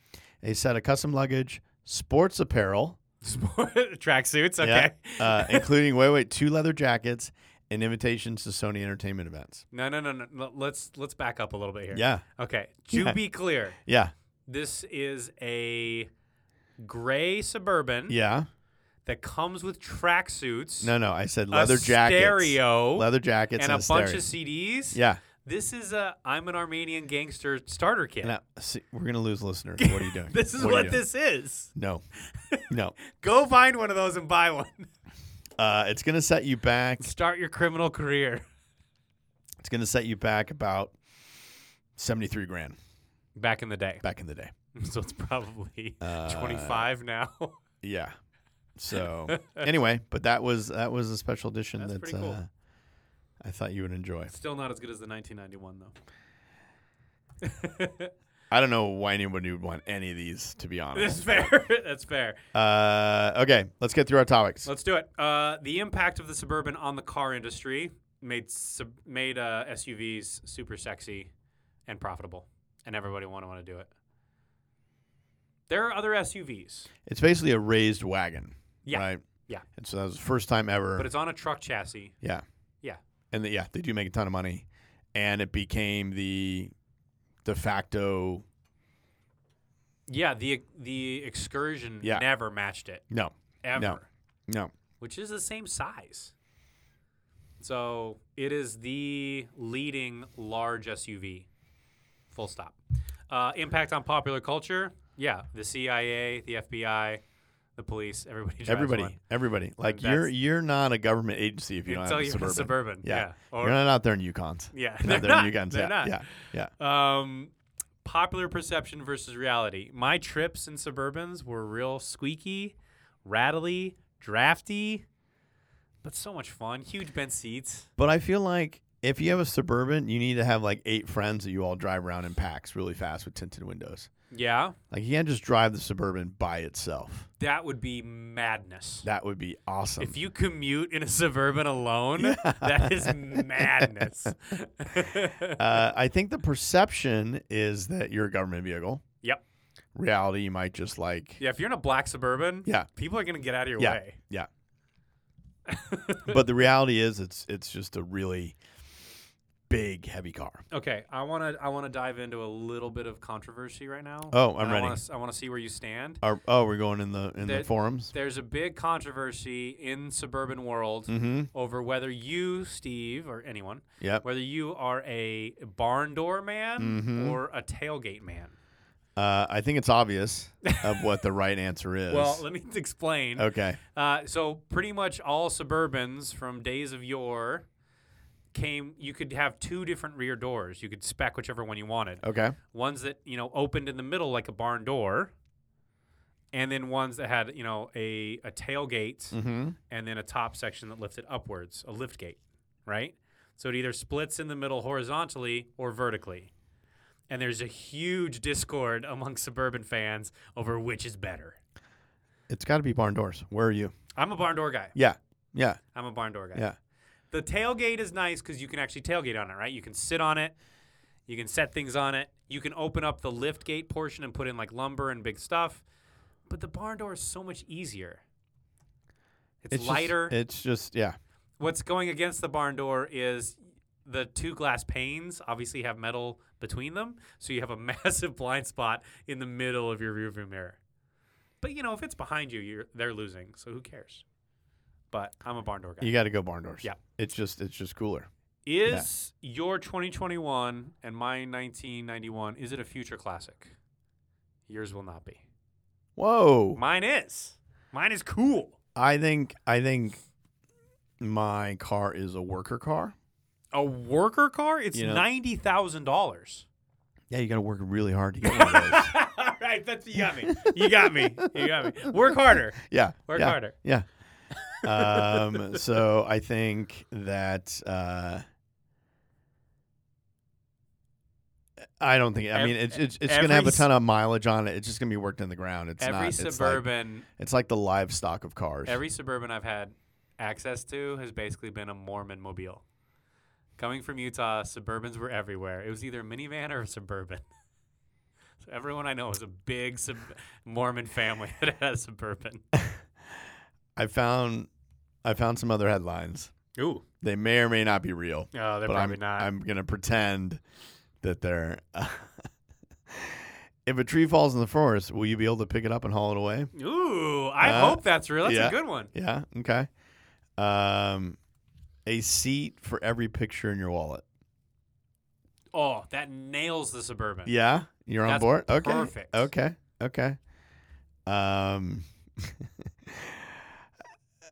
Speaker 2: a set of custom luggage, sports apparel,
Speaker 3: Tracksuits. Okay.
Speaker 1: [laughs]
Speaker 2: yeah, uh, including, wait, wait, two leather jackets and invitations to Sony entertainment events.
Speaker 1: No, no, no, no. L- Let's let's back up a little bit here.
Speaker 2: Yeah.
Speaker 1: Okay. To
Speaker 2: Yeah.
Speaker 1: be clear,
Speaker 2: Yeah.
Speaker 1: this is a gray suburban
Speaker 2: Yeah.
Speaker 1: that comes with tracksuits,
Speaker 2: No, no. I said
Speaker 1: a
Speaker 2: leather jackets.
Speaker 1: stereo,
Speaker 2: Leather jackets
Speaker 1: and a bunch
Speaker 2: stereo.
Speaker 1: of CDs.
Speaker 2: Yeah.
Speaker 1: This is a I'm an Armenian gangster starter kit.
Speaker 2: And I, see, we're going to lose listeners. What are you doing?
Speaker 1: [laughs] This is
Speaker 2: are
Speaker 1: what,
Speaker 2: you doing?
Speaker 1: this is. [laughs]
Speaker 2: No. No.
Speaker 1: Go find one of those and buy one. [laughs]
Speaker 2: Uh, it's going to set you back.
Speaker 1: Start your criminal career.
Speaker 2: It's going to set you back about 73 grand
Speaker 1: Back in the day. [laughs]
Speaker 2: back in the day.
Speaker 1: So it's probably
Speaker 2: Uh,
Speaker 1: 25 now. [laughs]
Speaker 2: Yeah. So anyway, but that was that was a special edition
Speaker 1: That's
Speaker 2: that
Speaker 1: pretty cool.
Speaker 2: uh, I thought you would enjoy.
Speaker 1: Still not as good as the 1991 though.
Speaker 2: I don't know why anyone would want any of these, to
Speaker 1: [laughs]
Speaker 2: be
Speaker 1: That's
Speaker 2: honest.
Speaker 1: fair. That's fair.
Speaker 2: Uh, okay, let's get through our topics.
Speaker 1: Let's do it. Uh, the impact of the suburban on the car industry made sub- made uh, SUVs super sexy and profitable, and everybody want to want to do it. There are other SUVs,
Speaker 2: It's basically a raised wagon,
Speaker 1: Yeah.
Speaker 2: right?
Speaker 1: Yeah.
Speaker 2: And so that was the first time ever.
Speaker 1: but it's on a truck chassis.
Speaker 2: yeah.
Speaker 1: Yeah.
Speaker 2: And the, yeah, they do make a ton of money, and it became the de facto.
Speaker 1: Yeah, the the excursion
Speaker 2: Yeah.
Speaker 1: never matched it
Speaker 2: No,
Speaker 1: ever,
Speaker 2: No. no.
Speaker 1: which is the same size. So it is the leading large SUV. Full stop. Uh, impact on popular culture? Yeah, the CIA, the FBI, the police, everybody. drives
Speaker 2: everybody,
Speaker 1: one.
Speaker 2: everybody. Like
Speaker 1: that's-
Speaker 2: you're you're not a government agency if you don't
Speaker 1: until
Speaker 2: have a
Speaker 1: you're
Speaker 2: suburban.
Speaker 1: a suburban. Yeah.
Speaker 2: Yeah.
Speaker 1: Or,
Speaker 2: you're not out there in Yukons. [laughs]
Speaker 1: yeah. [laughs]
Speaker 2: You're
Speaker 1: They're
Speaker 2: out there
Speaker 1: not.
Speaker 2: in Yukons.
Speaker 1: They're
Speaker 2: yeah,
Speaker 1: not.
Speaker 2: yeah, yeah.
Speaker 1: Um, popular perception versus reality. My trips in Suburbans were real squeaky, rattly, drafty, but so much fun. Huge bench seats.
Speaker 2: But I feel like if you have a suburban, you need to have like eight friends that you all drive around in packs really fast with tinted windows.
Speaker 1: Yeah,
Speaker 2: Like you can't just drive the suburban by itself.
Speaker 1: that would be madness.
Speaker 2: That would be awesome.
Speaker 1: if you commute in a Suburban alone, that
Speaker 2: [laughs]
Speaker 1: is madness. [laughs]
Speaker 2: uh, I think the perception is that you're a government vehicle.
Speaker 1: Yep.
Speaker 2: Reality, you might just like
Speaker 1: yeah, if you're in a black Suburban, [laughs]
Speaker 2: Yeah.
Speaker 1: people are going to get out of your
Speaker 2: Yeah.
Speaker 1: way.
Speaker 2: yeah. but the reality is, it's it's just a really big, heavy car.
Speaker 1: Okay, I want to I want to dive into a little bit of controversy right now.
Speaker 2: Oh, I'm
Speaker 1: And I
Speaker 2: ready.
Speaker 1: Wanna, s- I want to see where you stand.
Speaker 2: Or, oh, we're going in the in the
Speaker 1: There-
Speaker 2: forums.
Speaker 1: There's a big controversy in suburban world
Speaker 2: mm-hmm.
Speaker 1: over whether you, Steve, or anyone,
Speaker 2: Yep.
Speaker 1: whether you are a barn door man
Speaker 2: Mhm.
Speaker 1: or a tailgate man.
Speaker 2: Uh, I think
Speaker 1: [laughs]
Speaker 2: it's obvious of what the right answer is.
Speaker 1: Well, let me [laughs] explain.
Speaker 2: okay.
Speaker 1: Uh, so pretty much all Suburbans from days of yore came. You could have two different rear doors. You could spec whichever one you wanted.
Speaker 2: Okay.
Speaker 1: Ones that you know opened in the middle like a barn door, and then ones that had you know a a tailgate
Speaker 2: Mm-hmm.
Speaker 1: and then a top section that lifted upwards, a lift gate, right? So it either splits in the middle horizontally or vertically. And there's a huge discord [laughs] among suburban fans over which is better.
Speaker 2: It's got to be barn doors. Where are you?
Speaker 1: I'm a barn door guy.
Speaker 2: Yeah. Yeah.
Speaker 1: I'm a barn door guy.
Speaker 2: Yeah.
Speaker 1: The tailgate is nice because you can actually tailgate on it, right? You can sit on it, you can set things on it, you can open up the lift gate portion and put in like lumber and big stuff. But the barn door is so much easier. It's,
Speaker 2: just-
Speaker 1: lighter.
Speaker 2: it's just yeah.
Speaker 1: What's going against the barn door is the two glass panes obviously have metal between them, so you have a [laughs] massive blind spot in the middle of your rearview mirror. But you know, if it's behind you, you're they're losing, so who cares? But I'm a barn door guy.
Speaker 2: You got to go barn doors.
Speaker 1: Yeah.
Speaker 2: It's just it's just cooler.
Speaker 1: Is your 2021 and my 1991 is it a future classic? Yours will not be.
Speaker 2: Whoa.
Speaker 1: Mine is. Mine is cool.
Speaker 2: I think I think my car is a worker car.
Speaker 1: A worker car? It's
Speaker 2: You know-
Speaker 1: ninety thousand dollars. [laughs]
Speaker 2: Yeah, you got to work really hard to get one [laughs] of those.
Speaker 1: All right, that's you got me. You got me. You got me. Work harder.
Speaker 2: yeah.
Speaker 1: Work
Speaker 2: yeah,
Speaker 1: harder.
Speaker 2: Yeah. [laughs] um, so I think that uh, I don't think. I
Speaker 1: Ev-
Speaker 2: mean, it's it's, it's
Speaker 1: every
Speaker 2: gonna have a
Speaker 1: s-
Speaker 2: ton of mileage on it. It's just gonna be worked in the ground. It's
Speaker 1: every
Speaker 2: not. It's like,
Speaker 1: suburban,
Speaker 2: it's like the livestock of cars.
Speaker 1: every suburban I've had access to has basically been a Mormon mobile. Coming from Utah, Suburbans were everywhere. It was either a minivan or a Suburban. [laughs] So everyone I know is a big sub- Mormon family [laughs] that had a Suburban.
Speaker 2: I found I found some other headlines.
Speaker 1: Ooh.
Speaker 2: They may or may not be real.
Speaker 1: Oh, they're
Speaker 2: but
Speaker 1: probably
Speaker 2: I'm,
Speaker 1: not.
Speaker 2: I'm gonna pretend that they're. [laughs] if a tree falls in the forest, will you be able to pick it up and haul it away?
Speaker 1: Ooh, I
Speaker 2: Uh,
Speaker 1: hope that's real. That's
Speaker 2: yeah.
Speaker 1: a good one.
Speaker 2: Yeah. Okay. Um, a seat for every picture in your wallet.
Speaker 1: Oh, that nails the Suburban.
Speaker 2: Yeah, you're on
Speaker 1: That's
Speaker 2: board. Okay.
Speaker 1: perfect.
Speaker 2: Okay. Okay. Um. [laughs]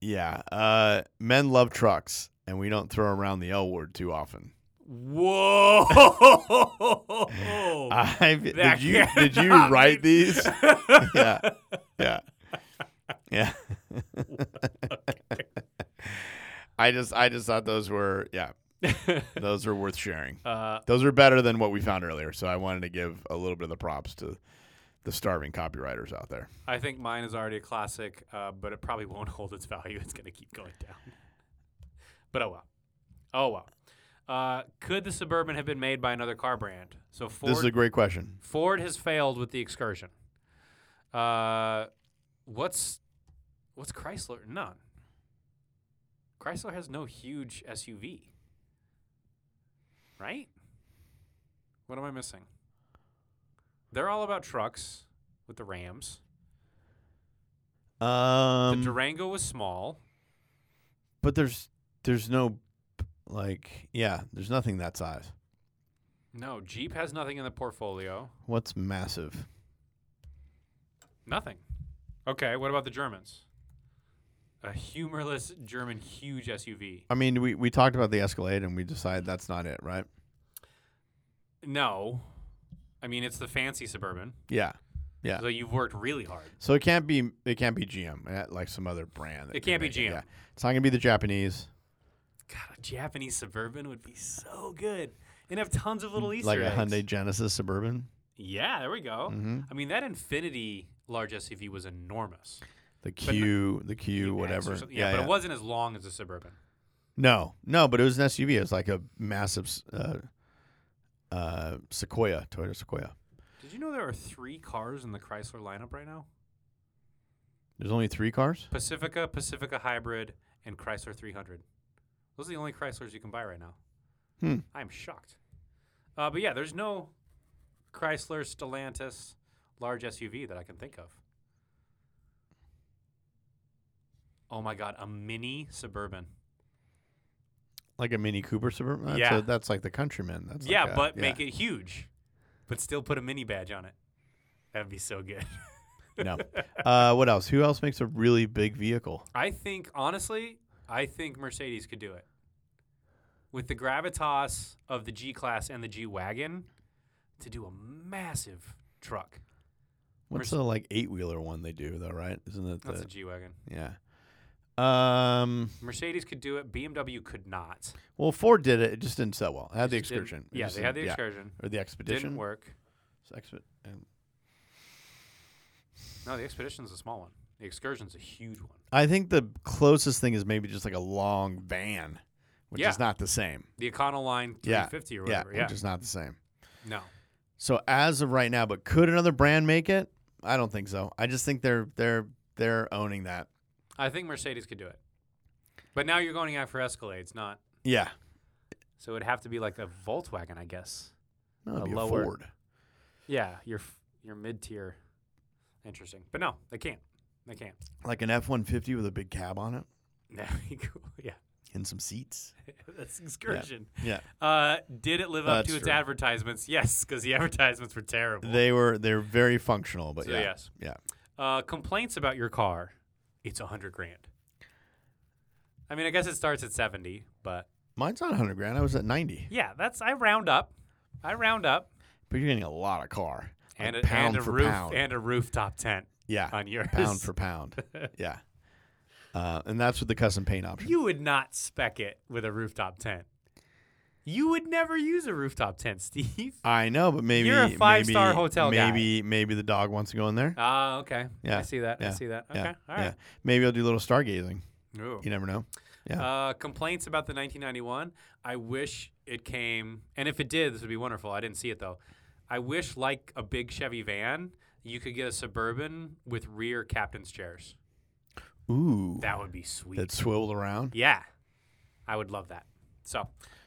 Speaker 2: yeah. Uh, men love trucks, and we don't throw around the L word too often.
Speaker 1: Whoa.
Speaker 2: [laughs] I
Speaker 1: Oh, That
Speaker 2: did you
Speaker 1: can't
Speaker 2: did you
Speaker 1: not [laughs]
Speaker 2: write
Speaker 1: be-
Speaker 2: these? yeah. Yeah. Yeah. I just I just thought those were yeah. those are worth sharing.
Speaker 1: uh,
Speaker 2: Those are better than what we found earlier, so I wanted to give a little bit of the props to the starving copywriters out there.
Speaker 1: I think mine is already a classic, uh, but it probably [laughs] won't hold its value. It's going to keep going down. But oh well. Oh well. Uh, could the Suburban have been made by another car brand? So Ford,
Speaker 2: This is a great question.
Speaker 1: Ford has failed with the Excursion. Uh, what's what's Chrysler? None. Chrysler has no huge SUV. Right? What am I missing? They're all about trucks with the Rams.
Speaker 2: Um
Speaker 1: the Durango was small.
Speaker 2: but there's there's no like yeah, there's nothing that size.
Speaker 1: No, Jeep has nothing in the portfolio.
Speaker 2: What's massive?
Speaker 1: Nothing. Okay, what about the Germans? A humorless German huge SUV.
Speaker 2: I mean, we, we talked about the Escalade and we decided that's not it, right?
Speaker 1: No. I mean, it's the fancy Suburban.
Speaker 2: Yeah. Yeah.
Speaker 1: So you've worked really hard.
Speaker 2: So it can't be it can't be GM eh, like some other brand. that
Speaker 1: It
Speaker 2: can
Speaker 1: can't be
Speaker 2: make
Speaker 1: GM.
Speaker 2: Yeah. It's not gonna be the Japanese.
Speaker 1: God, a Japanese Suburban would be so good. And have tons of little Easter
Speaker 2: like
Speaker 1: eggs.
Speaker 2: a Hyundai Genesis Suburban.
Speaker 1: Yeah, there we go.
Speaker 2: Mhm.
Speaker 1: I mean, that Infinity large SUV was enormous.
Speaker 2: The
Speaker 1: no-
Speaker 2: Q, the
Speaker 1: X
Speaker 2: Q,
Speaker 1: or
Speaker 2: whatever.
Speaker 1: something. Yeah, but it wasn't as long as a Suburban.
Speaker 2: No, no, but it was an SUV. It was like a massive s- uh, uh, Sequoia, Toyota Sequoia.
Speaker 1: Did you know there are three cars in the Chrysler lineup right now?
Speaker 2: There's only three cars.
Speaker 1: Pacifica, Pacifica Hybrid, and Chrysler 300. Those are the only Chryslers you can buy right now.
Speaker 2: Hmm.
Speaker 1: I'm shocked. Uh, but yeah, there's no Chrysler Stellantis large SUV that I can think of. Oh my God, a mini Suburban.
Speaker 2: Like a Mini Cooper Suburban. That's
Speaker 1: Yeah.
Speaker 2: a- that's like the Countryman. That's
Speaker 1: yeah,
Speaker 2: like a-
Speaker 1: but make it huge, but still put a mini badge on it. That'd be so good.
Speaker 2: no.
Speaker 1: [laughs]
Speaker 2: Uh, what else? Who else makes a really big vehicle?
Speaker 1: I think honestly, I think Mercedes could do it. With the gravitas of the G class and the G wagon, to do a massive truck.
Speaker 2: What's
Speaker 1: Merc-
Speaker 2: the like eight wheeler one they do though? Right? Isn't it?
Speaker 1: That's a
Speaker 2: The,
Speaker 1: G wagon.
Speaker 2: yeah. Um.
Speaker 1: Mercedes could do it. BMW could not.
Speaker 2: Well, Ford did it. It just didn't sell well. It had the
Speaker 1: Just didn't-
Speaker 2: excursion. It
Speaker 1: Yeah,
Speaker 2: just
Speaker 1: they had the
Speaker 2: didn't- yeah.
Speaker 1: excursion.
Speaker 2: or the expedition.
Speaker 1: Didn't work.
Speaker 2: It's expe- and-
Speaker 1: No, the expedition's a small one. The excursion's a huge one.
Speaker 2: I think the closest thing is maybe just like a long van, which
Speaker 1: Yeah.
Speaker 2: is not the same.
Speaker 1: The Econoline
Speaker 2: Yeah.
Speaker 1: 350 or
Speaker 2: Yeah,
Speaker 1: whatever. Yeah.
Speaker 2: which is not the same.
Speaker 1: no.
Speaker 2: So as of right now, but could another brand make it? I don't think so. I just think they're they're they're owning that.
Speaker 1: I think Mercedes could do it. But now you're going after Escalades, not.
Speaker 2: Yeah,
Speaker 1: So it'd have to be like a Volkswagen, I guess.
Speaker 2: no, it'd
Speaker 1: A
Speaker 2: be a
Speaker 1: lower-
Speaker 2: Ford.
Speaker 1: Yeah, your f- your mid tier. Interesting, but no, they can't. They
Speaker 2: [laughs]
Speaker 1: can't.
Speaker 2: like an F one fifty with a big cab on it
Speaker 1: There you go. [laughs] Yeah,
Speaker 2: and
Speaker 1: [laughs]
Speaker 2: some seats.
Speaker 1: that's excursion.
Speaker 2: Yeah,
Speaker 1: Uh, did it live up
Speaker 2: That's
Speaker 1: to its
Speaker 2: true.
Speaker 1: advertisements? Yes, because the [laughs] advertisements were terrible.
Speaker 2: they were they're very functional, but
Speaker 1: so
Speaker 2: yeah,
Speaker 1: yes.
Speaker 2: yeah.
Speaker 1: Uh, complaints about your car. It's a hundred grand. I mean, I guess it starts at seventy, but
Speaker 2: Mine's not hundred grand. I was at ninety,
Speaker 1: yeah, that's I round up. I round up.
Speaker 2: but you're getting a lot of car
Speaker 1: And
Speaker 2: like
Speaker 1: a, and
Speaker 2: pound
Speaker 1: a
Speaker 2: for
Speaker 1: roof
Speaker 2: pound.
Speaker 1: and a rooftop tent
Speaker 2: yeah,
Speaker 1: on yours.
Speaker 2: pound for pound.
Speaker 1: [laughs]
Speaker 2: yeah, uh, and that's with the custom paint option.
Speaker 1: You would not spec it with a rooftop tent. You would never use a rooftop tent, [laughs] Steve.
Speaker 2: I know, but maybe
Speaker 1: You're a five-star
Speaker 2: maybe-
Speaker 1: hotel guy.
Speaker 2: Maybe maybe the dog wants to go in there.
Speaker 1: Ah, okay.
Speaker 2: Yeah,
Speaker 1: I see that.
Speaker 2: yeah,
Speaker 1: I see that. Okay.
Speaker 2: yeah,
Speaker 1: All
Speaker 2: yeah.
Speaker 1: right.
Speaker 2: Maybe I'll do a little stargazing.
Speaker 1: Ooh.
Speaker 2: You never know. Yeah.
Speaker 1: Uh, complaints about the 1991. I wish it came, and if it did, this would be wonderful. I didn't see it though. I wish, like a big Chevy van, you could get a suburban with rear captain's chairs.
Speaker 2: Ooh,
Speaker 1: That would be sweet.
Speaker 2: that swiveled around.
Speaker 1: yeah, I would love that. So,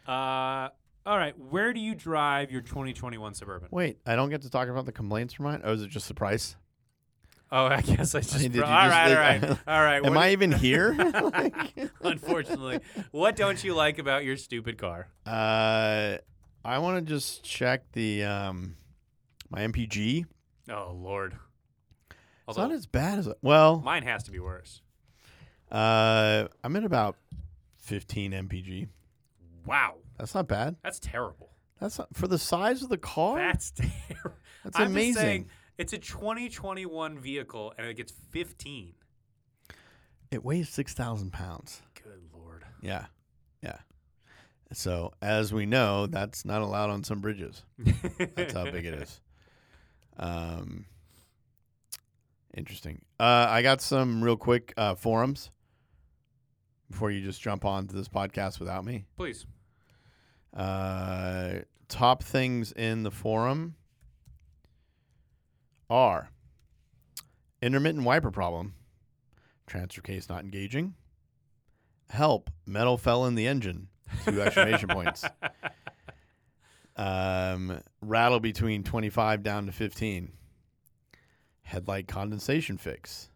Speaker 1: uh, all right, where do you drive your 2021 suburban?
Speaker 2: Wait, I don't get to talk about the complaints for mine. Oh, is it just the price?
Speaker 1: Oh, I guess I just.
Speaker 2: [laughs] did you
Speaker 1: bro- all
Speaker 2: just
Speaker 1: right, all right,
Speaker 2: think- [laughs]
Speaker 1: all right.
Speaker 2: Am
Speaker 1: what- [laughs]
Speaker 2: I even here? [laughs] Like-
Speaker 1: Unfortunately, what don't you like about your stupid car?
Speaker 2: Uh, I want to just check the um, my MPG.
Speaker 1: Oh Lord.
Speaker 2: It's
Speaker 1: Although
Speaker 2: not as bad as well.
Speaker 1: mine has to be worse.
Speaker 2: Uh, I'm at about 15 MPG.
Speaker 1: Wow,
Speaker 2: That's not bad.
Speaker 1: that's terrible.
Speaker 2: That's not, for the size of the car.
Speaker 1: That's [laughs] terrible.
Speaker 2: Oh. that's
Speaker 1: I'm
Speaker 2: amazing.
Speaker 1: Just saying, it's a 2021 vehicle, and it gets 15.
Speaker 2: It weighs 6,000 pounds.
Speaker 1: Good Lord.
Speaker 2: Yeah, yeah. So as we know, that's not allowed on some bridges.
Speaker 1: [laughs]
Speaker 2: That's how big it is. Um, interesting. Uh, I got some real quick uh, forums before you just jump on to this podcast without me.
Speaker 1: Please.
Speaker 2: Uh, top things in the forum are intermittent wiper problem, transfer case not engaging, help, metal fell in the engine, two exclamation points. Um, rattle between 25 down to 15. Headlight condensation fix.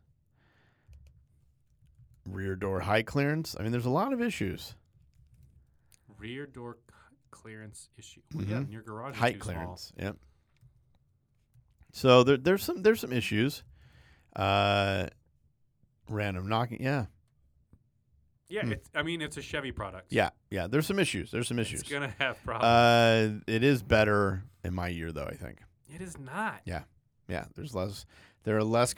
Speaker 2: Rear door high clearance. I mean, there's a lot of issues.
Speaker 1: Rear door c- clearance issue. Well, yeah,
Speaker 2: Mhm.
Speaker 1: and your garage is
Speaker 2: height
Speaker 1: too small.
Speaker 2: clearance. Yep. So there, there's some there's some issues. Uh, random knocking. Yeah,
Speaker 1: Yeah,
Speaker 2: Hmm.
Speaker 1: it's, I mean it's a Chevy product.
Speaker 2: yeah, yeah. There's some issues. There's some
Speaker 1: it's
Speaker 2: issues.
Speaker 1: gonna have problems.
Speaker 2: Uh, it is better in my year though. I think.
Speaker 1: it is not.
Speaker 2: Yeah, there's less. There are less
Speaker 1: Okay,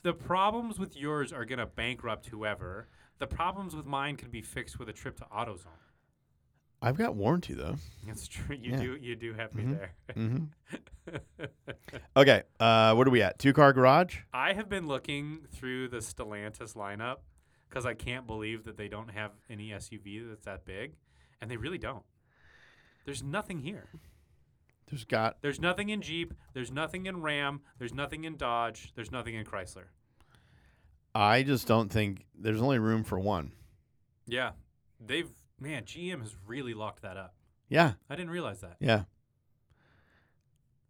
Speaker 1: [laughs] the, the problems with yours are going to bankrupt whoever. The problems with mine could be fixed with a trip to AutoZone.
Speaker 2: I've got warranty though.
Speaker 1: That's true. You
Speaker 2: Yeah.
Speaker 1: do you do have me
Speaker 2: Mhm.
Speaker 1: there.
Speaker 2: hmm okay. Uh, what are we at? Two car garage.
Speaker 1: [laughs] I have been looking through the Stellantis lineup because I can't believe that they don't have any SUV that's that big, and they really don't. There's nothing here.
Speaker 2: There's got.
Speaker 1: There's nothing in Jeep. There's nothing in Ram. There's nothing in Dodge. There's nothing in Chrysler.
Speaker 2: I just don't think there's only room for one.
Speaker 1: Yeah, they've man GM has really locked that up.
Speaker 2: Yeah.
Speaker 1: I didn't realize that.
Speaker 2: Yeah.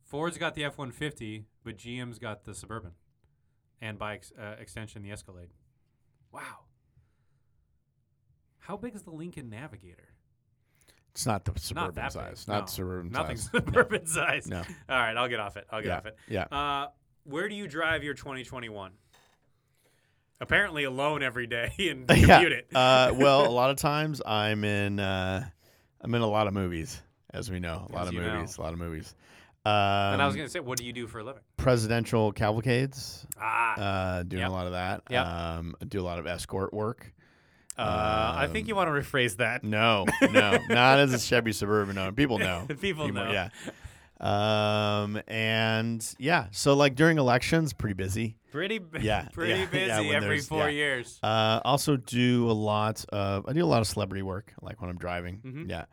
Speaker 1: Ford's got the F one fifty, but GM's got the Suburban, and by ex- uh, extension, the Escalade. Wow. How big is the Lincoln Navigator?
Speaker 2: It's not the
Speaker 1: Not
Speaker 2: suburban
Speaker 1: that
Speaker 2: size.
Speaker 1: big.
Speaker 2: Not
Speaker 1: No.
Speaker 2: suburban
Speaker 1: Nothing
Speaker 2: size.
Speaker 1: [laughs] suburban size.
Speaker 2: No.
Speaker 1: All right, I'll get off it. I'll get
Speaker 2: yeah.
Speaker 1: off it.
Speaker 2: Yeah.
Speaker 1: Uh, where do you drive your 2021? Apparently alone every day [laughs]
Speaker 2: [laughs]
Speaker 1: and commute it.
Speaker 2: uh, well, a lot of times I'm in uh, I'm in a lot of movies, as we know, a lot
Speaker 1: As
Speaker 2: of
Speaker 1: you
Speaker 2: movies, a lot of movies. Um,
Speaker 1: [laughs] and I was going to say, what do you do for a living?
Speaker 2: presidential cavalcades,
Speaker 1: Ah,
Speaker 2: uh, doing
Speaker 1: Yep.
Speaker 2: a lot of that.
Speaker 1: Yep.
Speaker 2: Um, I do a lot of escort work.
Speaker 3: Uh, I
Speaker 2: um,
Speaker 3: think you want to
Speaker 1: [laughs]
Speaker 3: rephrase that.
Speaker 2: No, no, not as a Chevy Suburban. No, people know.
Speaker 1: people know.
Speaker 2: Yeah. Um, and yeah, so like during elections, pretty busy.
Speaker 1: Pretty, b-
Speaker 2: Yeah,
Speaker 1: [laughs] pretty
Speaker 2: yeah, yeah,
Speaker 1: busy
Speaker 2: when
Speaker 1: every
Speaker 2: there's-
Speaker 1: four
Speaker 2: yeah.
Speaker 1: years.
Speaker 2: Uh, also do a lot of I do a lot of celebrity work, like when I'm driving.
Speaker 1: Mhm.
Speaker 2: Yeah.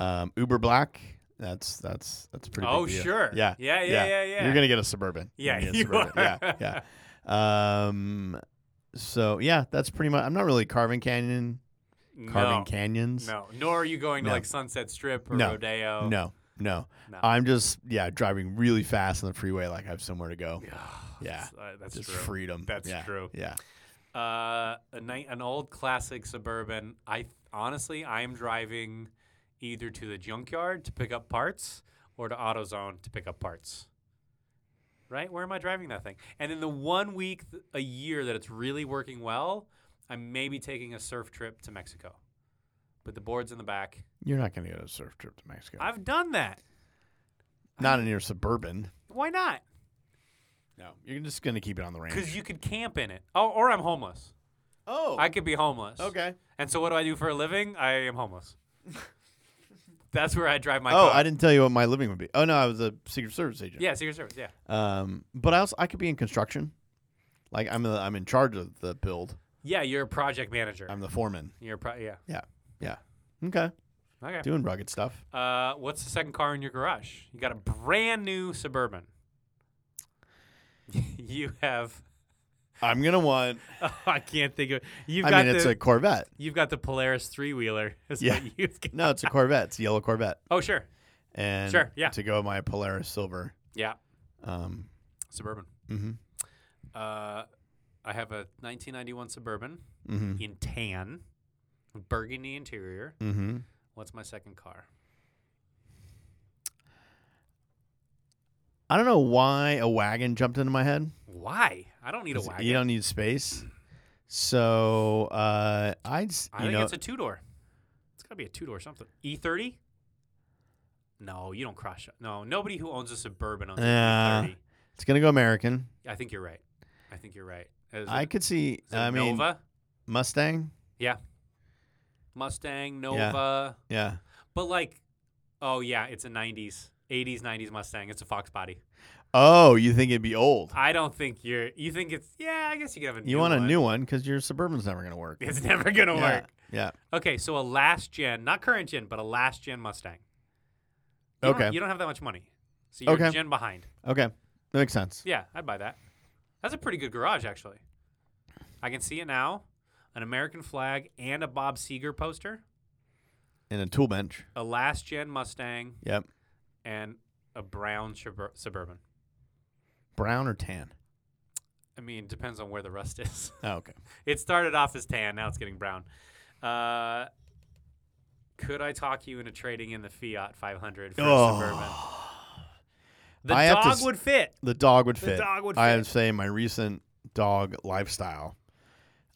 Speaker 2: Um, Uber Black. That's that's that's a pretty.
Speaker 1: Oh,
Speaker 2: big deal.
Speaker 1: sure.
Speaker 2: Yeah.
Speaker 1: Yeah, yeah, yeah, yeah.
Speaker 2: You're gonna get a suburban. You're
Speaker 1: Yeah,
Speaker 2: gonna get a
Speaker 1: you
Speaker 2: Suburban.
Speaker 1: are.
Speaker 2: Yeah, yeah. Um, so yeah, that's pretty much. I'm not really carving canyon, carving
Speaker 1: no,
Speaker 2: canyons.
Speaker 1: no. Nor are you going to
Speaker 2: No.
Speaker 1: like Sunset Strip or
Speaker 2: No,
Speaker 1: Rodeo. [sighs]
Speaker 2: no, no.
Speaker 1: No.
Speaker 2: I'm just yeah driving really fast on the freeway, like I have somewhere to go.
Speaker 1: Ah,
Speaker 2: Yeah.
Speaker 1: that's, uh, that's
Speaker 2: just
Speaker 1: true.
Speaker 2: freedom.
Speaker 1: That's
Speaker 2: Yeah,
Speaker 1: true.
Speaker 2: Yeah.
Speaker 1: Uh, a night, an old classic suburban. I honestly, I am driving either to the junkyard to pick up parts or to AutoZone to pick up parts. Right? Where am I driving that thing? And in the one week th- a year that it's really working well, I'm maybe taking a surf trip to Mexico. But the board's in the back.
Speaker 2: You're not gonna go to a surf trip to Mexico.
Speaker 1: I've done that.
Speaker 2: not in your suburban.
Speaker 1: Why not?
Speaker 2: No, you're just gonna keep it on the range.
Speaker 1: Because you could camp in it. Oh, or I'm homeless.
Speaker 2: Oh,
Speaker 1: I could be homeless.
Speaker 2: okay.
Speaker 1: And so what do I do for a living? I am homeless. That's where I drive my
Speaker 2: oh,
Speaker 1: car.
Speaker 2: I didn't tell you what my living would be. Oh no, I was a Secret Service agent.
Speaker 1: Yeah, Secret Service. Yeah.
Speaker 2: Um, but I also I could be in construction. Like I'm i I'm in charge of the build.
Speaker 1: Yeah, you're a project manager.
Speaker 2: I'm the foreman.
Speaker 1: you're a pro- yeah.
Speaker 2: Yeah. Okay.
Speaker 1: Okay.
Speaker 2: Doing rugged stuff.
Speaker 1: Uh, what's the second car in your garage? You got a brand new Suburban. [laughs] you have. [laughs]
Speaker 2: I'm gonna want.
Speaker 1: I can't think of. You've
Speaker 2: I
Speaker 1: got
Speaker 2: mean, it's
Speaker 1: the.
Speaker 2: a Corvette.
Speaker 1: you've got the Polaris three [laughs] wheeler.
Speaker 2: Yeah.
Speaker 1: [laughs]
Speaker 2: No, it's a Corvette. It's a yellow Corvette.
Speaker 1: Oh sure.
Speaker 2: And
Speaker 1: Sure, yeah.
Speaker 2: To go with my Polaris silver.
Speaker 1: Yeah.
Speaker 2: Um.
Speaker 1: Suburban.
Speaker 2: Mm-hmm.
Speaker 1: Uh, I have a 1991 Suburban
Speaker 2: Mm-hmm.
Speaker 1: in tan, burgundy interior.
Speaker 2: Mm-hmm.
Speaker 1: What's my second car?
Speaker 2: I don't know why a wagon jumped into my head.
Speaker 1: Why? I don't need a
Speaker 2: 'cause
Speaker 1: wagon.
Speaker 2: You don't need space. So uh, I'd s-
Speaker 1: I
Speaker 2: you
Speaker 1: think
Speaker 2: know
Speaker 1: it's a two door. It's got to be a two door something. E30? No, you don't cross. No, nobody who owns a suburban owns
Speaker 2: Yeah.
Speaker 1: an E30.
Speaker 2: it's gonna go American.
Speaker 1: I think you're right. I think you're right. Is
Speaker 2: I
Speaker 1: it-
Speaker 2: could see.
Speaker 1: is it
Speaker 2: I mean,
Speaker 1: Nova,
Speaker 2: Mustang.
Speaker 1: Mustang, Nova,
Speaker 2: Yeah.
Speaker 1: but like, oh yeah, it's a '90s, '80s, '90s Mustang. It's a Fox body.
Speaker 2: Oh, you think it'd be old?
Speaker 1: I don't think you're. You think it's? Yeah, I guess you could have a.
Speaker 2: You
Speaker 1: new
Speaker 2: want a
Speaker 1: one.
Speaker 2: new one because your suburban's never gonna work.
Speaker 1: [laughs] It's never gonna
Speaker 2: yeah.
Speaker 1: work.
Speaker 2: Yeah.
Speaker 1: Okay, so a last gen, not current gen, but a last gen Mustang. You
Speaker 2: Okay.
Speaker 1: Don't, you don't have that much money, so you're
Speaker 2: Okay.
Speaker 1: gen behind.
Speaker 2: Okay. That makes sense.
Speaker 1: Yeah, I'd buy that. That's a pretty good garage, actually. I can see it now. An American flag and a Bob Seger poster,
Speaker 2: And a tool bench.
Speaker 1: a last gen Mustang,
Speaker 2: Yep.
Speaker 1: and a brown Subur- Suburban.
Speaker 2: Brown or tan?
Speaker 1: I mean, depends on where the rust [laughs] is.
Speaker 2: Oh, okay.
Speaker 1: it started off as tan, now it's getting brown. Uh, could I talk you into trading in the Fiat 500 for
Speaker 2: Oh.
Speaker 1: a Suburban? The
Speaker 2: I have to
Speaker 1: dog
Speaker 2: s-
Speaker 1: would fit,
Speaker 2: The dog would
Speaker 1: The
Speaker 2: fit.
Speaker 1: dog would
Speaker 2: I
Speaker 1: fit.
Speaker 2: would say my recent dog lifestyle.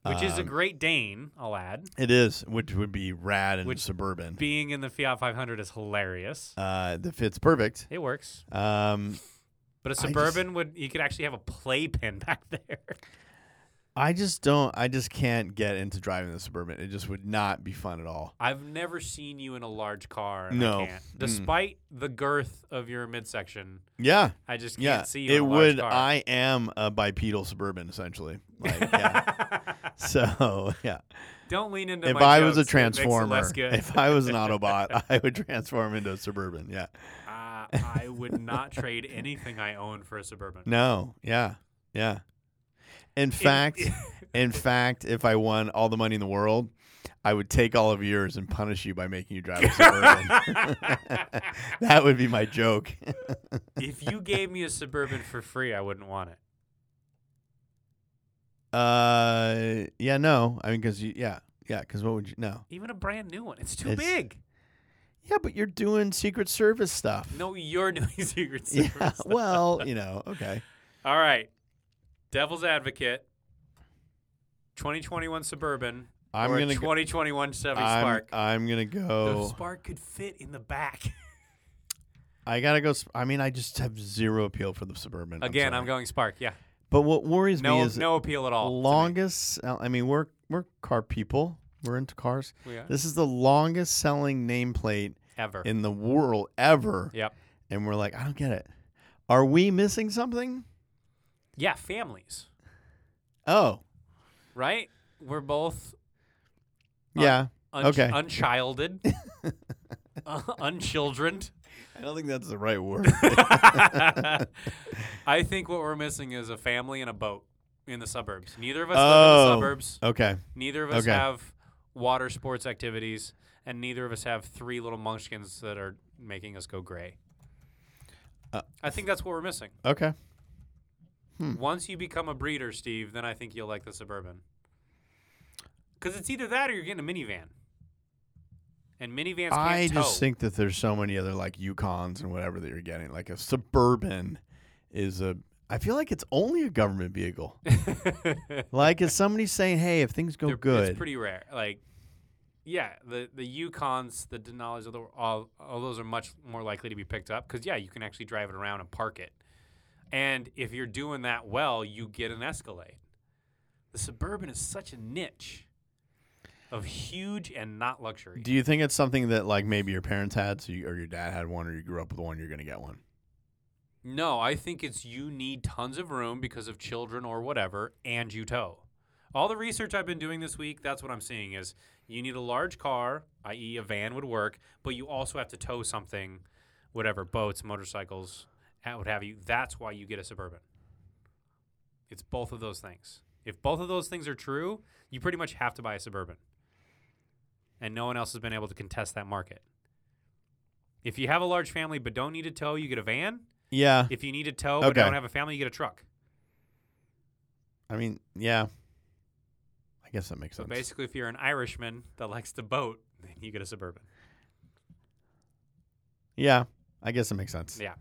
Speaker 1: which is a
Speaker 2: Um,
Speaker 1: Great Dane, I'll add.
Speaker 2: It is, which would be rad and
Speaker 1: Which-
Speaker 2: suburban.
Speaker 1: Being in the Fiat 500 is hilarious.
Speaker 2: uh, that fits perfect.
Speaker 1: It works.
Speaker 2: Um,
Speaker 1: But a
Speaker 2: just-
Speaker 1: suburban would you could actually have a playpen [laughs] back there.
Speaker 2: I just don't. I just can't get into driving the suburban. It just would not be fun at all.
Speaker 1: I've never seen you in a large car. and I
Speaker 2: No.
Speaker 1: can't.
Speaker 2: Mm.
Speaker 1: Despite the girth of your midsection,
Speaker 2: Yeah,
Speaker 1: I just can't
Speaker 2: yeah.
Speaker 1: see you.
Speaker 2: it
Speaker 1: in a large
Speaker 2: would.
Speaker 1: Car. [laughs]
Speaker 2: I am a bipedal suburban essentially. Like, yeah. so yeah.
Speaker 1: [laughs] Don't lean into
Speaker 2: if
Speaker 1: my
Speaker 2: I was
Speaker 1: jokes. It
Speaker 2: a
Speaker 1: makes it
Speaker 2: transformer,
Speaker 1: less good.
Speaker 2: if I was an Autobot, I would transform into a suburban. Yeah.
Speaker 1: Uh, [laughs] I would not trade anything I own for a suburban.
Speaker 2: [laughs] No. Yeah. Yeah.
Speaker 1: [laughs]
Speaker 2: In fact, in fact, if I won all the money in the world, I would take all of yours and punish you by making you drive a suburban. [laughs] that would be my joke.
Speaker 1: if you gave me a suburban for free, I wouldn't want it.
Speaker 2: Uh, yeah, no. I mean, because you, yeah, yeah. Because what would you? No.
Speaker 1: Even a brand new one. It's too
Speaker 2: It's-
Speaker 1: big.
Speaker 2: Yeah, but you're doing Secret Service stuff. [laughs]
Speaker 1: No, you're [laughs] doing Secret Service.
Speaker 2: Yeah. Well, you know. Okay.
Speaker 1: All right. Devil's advocate. 2021 Suburban.
Speaker 2: I'm
Speaker 1: [laughs] or a
Speaker 2: gonna. go,
Speaker 1: 2021 Chevy
Speaker 2: I'm,
Speaker 1: Spark.
Speaker 2: I'm gonna
Speaker 1: The
Speaker 2: go. Oh.
Speaker 1: Spark could fit in the back.
Speaker 2: I gotta go. sp- I mean, I just have zero appeal for the
Speaker 1: [laughs]
Speaker 2: suburban.
Speaker 1: Again, I'm,
Speaker 2: I'm, sorry.
Speaker 1: going Spark. Yeah.
Speaker 2: But what worries me
Speaker 1: No,
Speaker 2: is
Speaker 1: no appeal at all. to me.
Speaker 2: longest. sell- I mean, we're we're car people. We're into cars.
Speaker 1: We are.
Speaker 2: This is the longest selling nameplate
Speaker 1: ever.
Speaker 2: in the world ever.
Speaker 1: Yep.
Speaker 2: and we're like, I don't get it. Are we missing something?
Speaker 1: Yeah, families,
Speaker 2: Oh,
Speaker 1: right? We're both Uh,
Speaker 2: yeah.
Speaker 1: un-
Speaker 2: Okay.
Speaker 1: [laughs] unchilded, uh, [laughs] unchildrened.
Speaker 2: I don't think that's the [laughs] right word.
Speaker 1: I think what we're missing is a family and a boat in the suburbs. Neither of us live in the
Speaker 2: Oh.
Speaker 1: suburbs.
Speaker 2: okay.
Speaker 1: Neither of us
Speaker 2: Okay.
Speaker 1: have water sports activities, and neither of us have three little munchkins that are making us go gray.
Speaker 2: Uh,
Speaker 1: I think that's what we're missing.
Speaker 2: Okay.
Speaker 1: Once you become a breeder, Steve, then I think you'll like the suburban. Because it's either that or you're getting a minivan. And minivans can't
Speaker 2: I just
Speaker 1: tow.
Speaker 2: think that there's so many other like Yukons and whatever that you're getting. Like a suburban is a. I feel like it's only a
Speaker 1: [laughs]
Speaker 2: government vehicle. like if somebody's saying, "Hey, if things go
Speaker 1: They're-
Speaker 2: good,
Speaker 1: It's pretty rare. Like, yeah, the the Yukons, the Denali's, although all all those are much more likely to be picked up because yeah, you can actually drive it around and park it. And if you're doing that well, you get an Escalade. The Suburban is such a niche of huge and not luxury.
Speaker 2: do you think it's something that like maybe your parents had, so you, or your dad had one, or you grew up with one, you're gonna get one?
Speaker 1: No, I think it's you need tons of room because of children or whatever, and you tow. All the research I've been doing this week, that's what I'm seeing is you need a large car, i.e., a van would work, but you also have to tow something, whatever, boats, motorcycles, ha- what have you. That's why you get a suburban. It's both of those things. If both of those things are true, you pretty much have to buy a suburban. And no one else has been able to contest that market. If you have a large family but don't need a tow, you get a van.
Speaker 2: Yeah.
Speaker 1: If you need a tow but
Speaker 2: Okay.
Speaker 1: don't have a family, you get a truck.
Speaker 2: I mean, yeah. I guess that makes
Speaker 1: So
Speaker 2: sense.
Speaker 1: basically, if you're an Irishman that likes to boat, then you get a suburban.
Speaker 2: Yeah, I guess it makes sense.
Speaker 1: Yeah.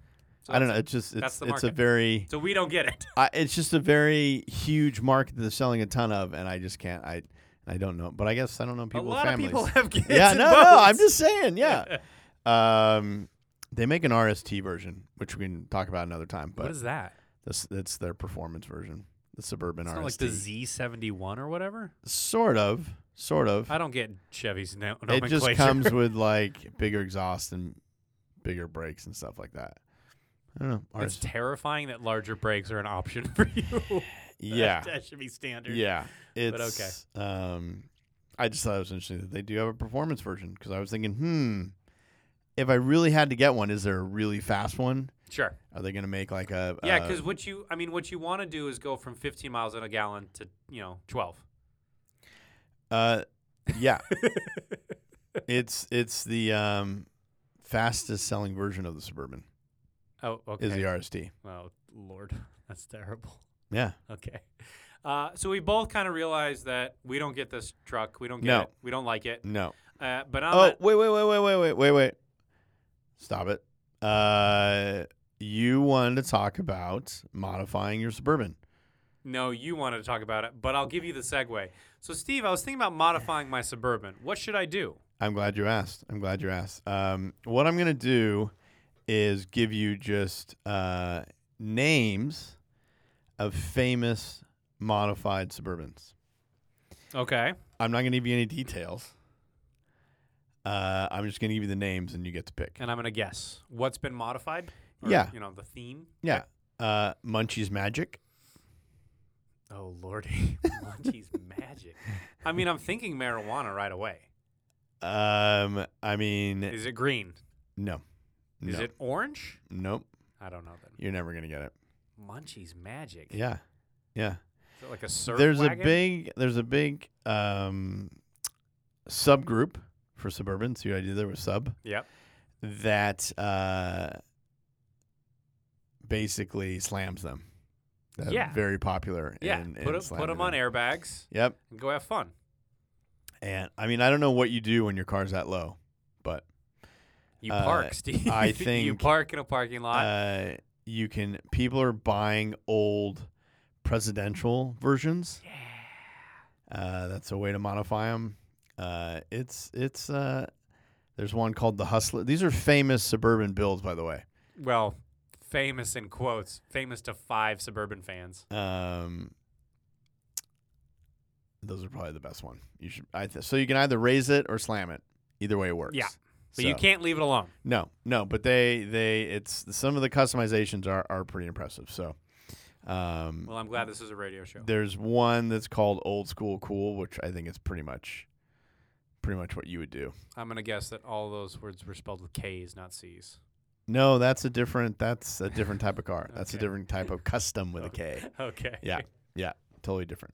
Speaker 1: So
Speaker 2: I don't know.
Speaker 1: that's it.
Speaker 2: It's just
Speaker 1: that's
Speaker 2: it's
Speaker 1: the
Speaker 2: it's a
Speaker 1: market. [laughs]
Speaker 2: very
Speaker 1: So we don't get it.
Speaker 2: I, it's just a very huge market that they're selling a ton of, and I just can't. I I don't know, but I guess I don't know people.
Speaker 1: a
Speaker 2: with
Speaker 1: lot
Speaker 2: families.
Speaker 1: of people have kids.
Speaker 2: [laughs] yeah,
Speaker 1: and
Speaker 2: no, no. I'm
Speaker 1: boats.
Speaker 2: just
Speaker 1: [laughs]
Speaker 2: saying. Yeah. um, they make an RST version, which we can talk about another time.
Speaker 1: what
Speaker 2: But
Speaker 1: is that?
Speaker 2: this that's their performance version, the suburban
Speaker 1: It's
Speaker 2: RST.
Speaker 1: not like the Z71 or whatever.
Speaker 2: sort of, sort of.
Speaker 1: I don't get Chevy's no-
Speaker 2: It
Speaker 1: nomenclature. [laughs]
Speaker 2: just comes with like bigger exhaust and bigger brakes and stuff like that.
Speaker 1: [laughs]
Speaker 2: I don't know.
Speaker 1: It's
Speaker 2: RST.
Speaker 1: terrifying that larger brakes are an option for you. [laughs]
Speaker 2: yeah.
Speaker 1: that, should be standard.
Speaker 2: Yeah,
Speaker 1: But
Speaker 2: it's okay. Um, I just thought it was interesting that they do have a performance version because I was thinking, hmm, if I really had to get one, is there a really fast one?
Speaker 1: Sure.
Speaker 2: Are they going to make like a uh,
Speaker 1: Yeah,
Speaker 2: a-
Speaker 1: because what you, I mean, what you want to do is go from 15 miles in a gallon to you know 12.
Speaker 2: uh,
Speaker 1: [laughs]
Speaker 2: yeah, it's it's the um fastest selling version of the Suburban
Speaker 1: oh, okay.
Speaker 2: is the RST.
Speaker 1: oh, Lord, [laughs] that's terrible.
Speaker 2: Yeah,
Speaker 1: [laughs] Okay. Uh, so we both kind of realized that we don't get this truck. We don't get
Speaker 2: No.
Speaker 1: it. We don't like it.
Speaker 2: no.
Speaker 1: Uh, but on
Speaker 2: Oh
Speaker 1: that,
Speaker 2: wait wait wait wait wait wait wait wait. Stop it. Uh, you wanted to talk about modifying your Suburban.
Speaker 1: no, you wanted to talk about it, but I'll give you the segue. So, Steve, I was thinking about modifying my Suburban. What should I do?
Speaker 2: I'm glad you asked. I'm glad you asked. Um, what I'm going to do is give you just uh, names of famous modified Suburbans.
Speaker 1: Okay.
Speaker 2: I'm not going to give you any details. Uh, I'm just going to give you the names and you get to pick.
Speaker 1: And I'm going to guess what's been modified?
Speaker 2: Yeah.
Speaker 1: You know, the theme?
Speaker 2: Yeah. Uh, Munchie's Magic.
Speaker 1: Oh, Lordy. [laughs] Munchie's magic. I mean, I'm thinking marijuana right away.
Speaker 2: Um, I mean,
Speaker 1: Is it green?
Speaker 2: no.
Speaker 1: Is
Speaker 2: no.
Speaker 1: it orange?
Speaker 2: Nope.
Speaker 1: I don't know then.
Speaker 2: You're never going to get it.
Speaker 1: Munchie's magic.
Speaker 2: Yeah. Yeah.
Speaker 1: Is it like a surf
Speaker 2: there's
Speaker 1: wagon?
Speaker 2: a big there's a big um, subgroup for suburban. See what I did there with sub
Speaker 1: Yep.
Speaker 2: that uh, basically slams them. They're
Speaker 1: Yeah.
Speaker 2: very popular.
Speaker 1: Yeah.
Speaker 2: in,
Speaker 1: put
Speaker 2: in
Speaker 1: it- put
Speaker 2: slamming
Speaker 1: them on airbags
Speaker 2: Yep,
Speaker 1: and go have fun.
Speaker 2: and I mean I don't know what you do when your car's that low, but
Speaker 1: You
Speaker 2: Uh,
Speaker 1: park, [laughs] Steve.
Speaker 2: I
Speaker 1: you
Speaker 2: think,
Speaker 1: park in a parking lot.
Speaker 2: uh, you can people are buying old presidential versions. Yeah, uh, that's a way to modify them. Uh, it's it's uh, there's one called the Hustler. These are famous suburban builds, by the way.
Speaker 1: well, famous in quotes, famous to five suburban fans.
Speaker 2: Um, those are probably the best one. You should I th- so you can either raise it or slam it. Either way, it works.
Speaker 1: Yeah. But you
Speaker 2: So-
Speaker 1: can't leave it alone.
Speaker 2: No, no, but they they it's some of the customizations are are pretty impressive. So, um,
Speaker 1: Well, I'm glad this is a radio show.
Speaker 2: there's one that's called Old School Cool, which I think is pretty much pretty much what you would do.
Speaker 1: I'm gonna guess that all those words were spelled with K's, not
Speaker 2: [laughs]
Speaker 1: C's.
Speaker 2: No, that's a different that's a different type of
Speaker 1: [laughs]
Speaker 2: car. That's a
Speaker 1: Okay.
Speaker 2: different type of custom with a K.
Speaker 1: [laughs] Okay.
Speaker 2: Yeah, yeah, totally different.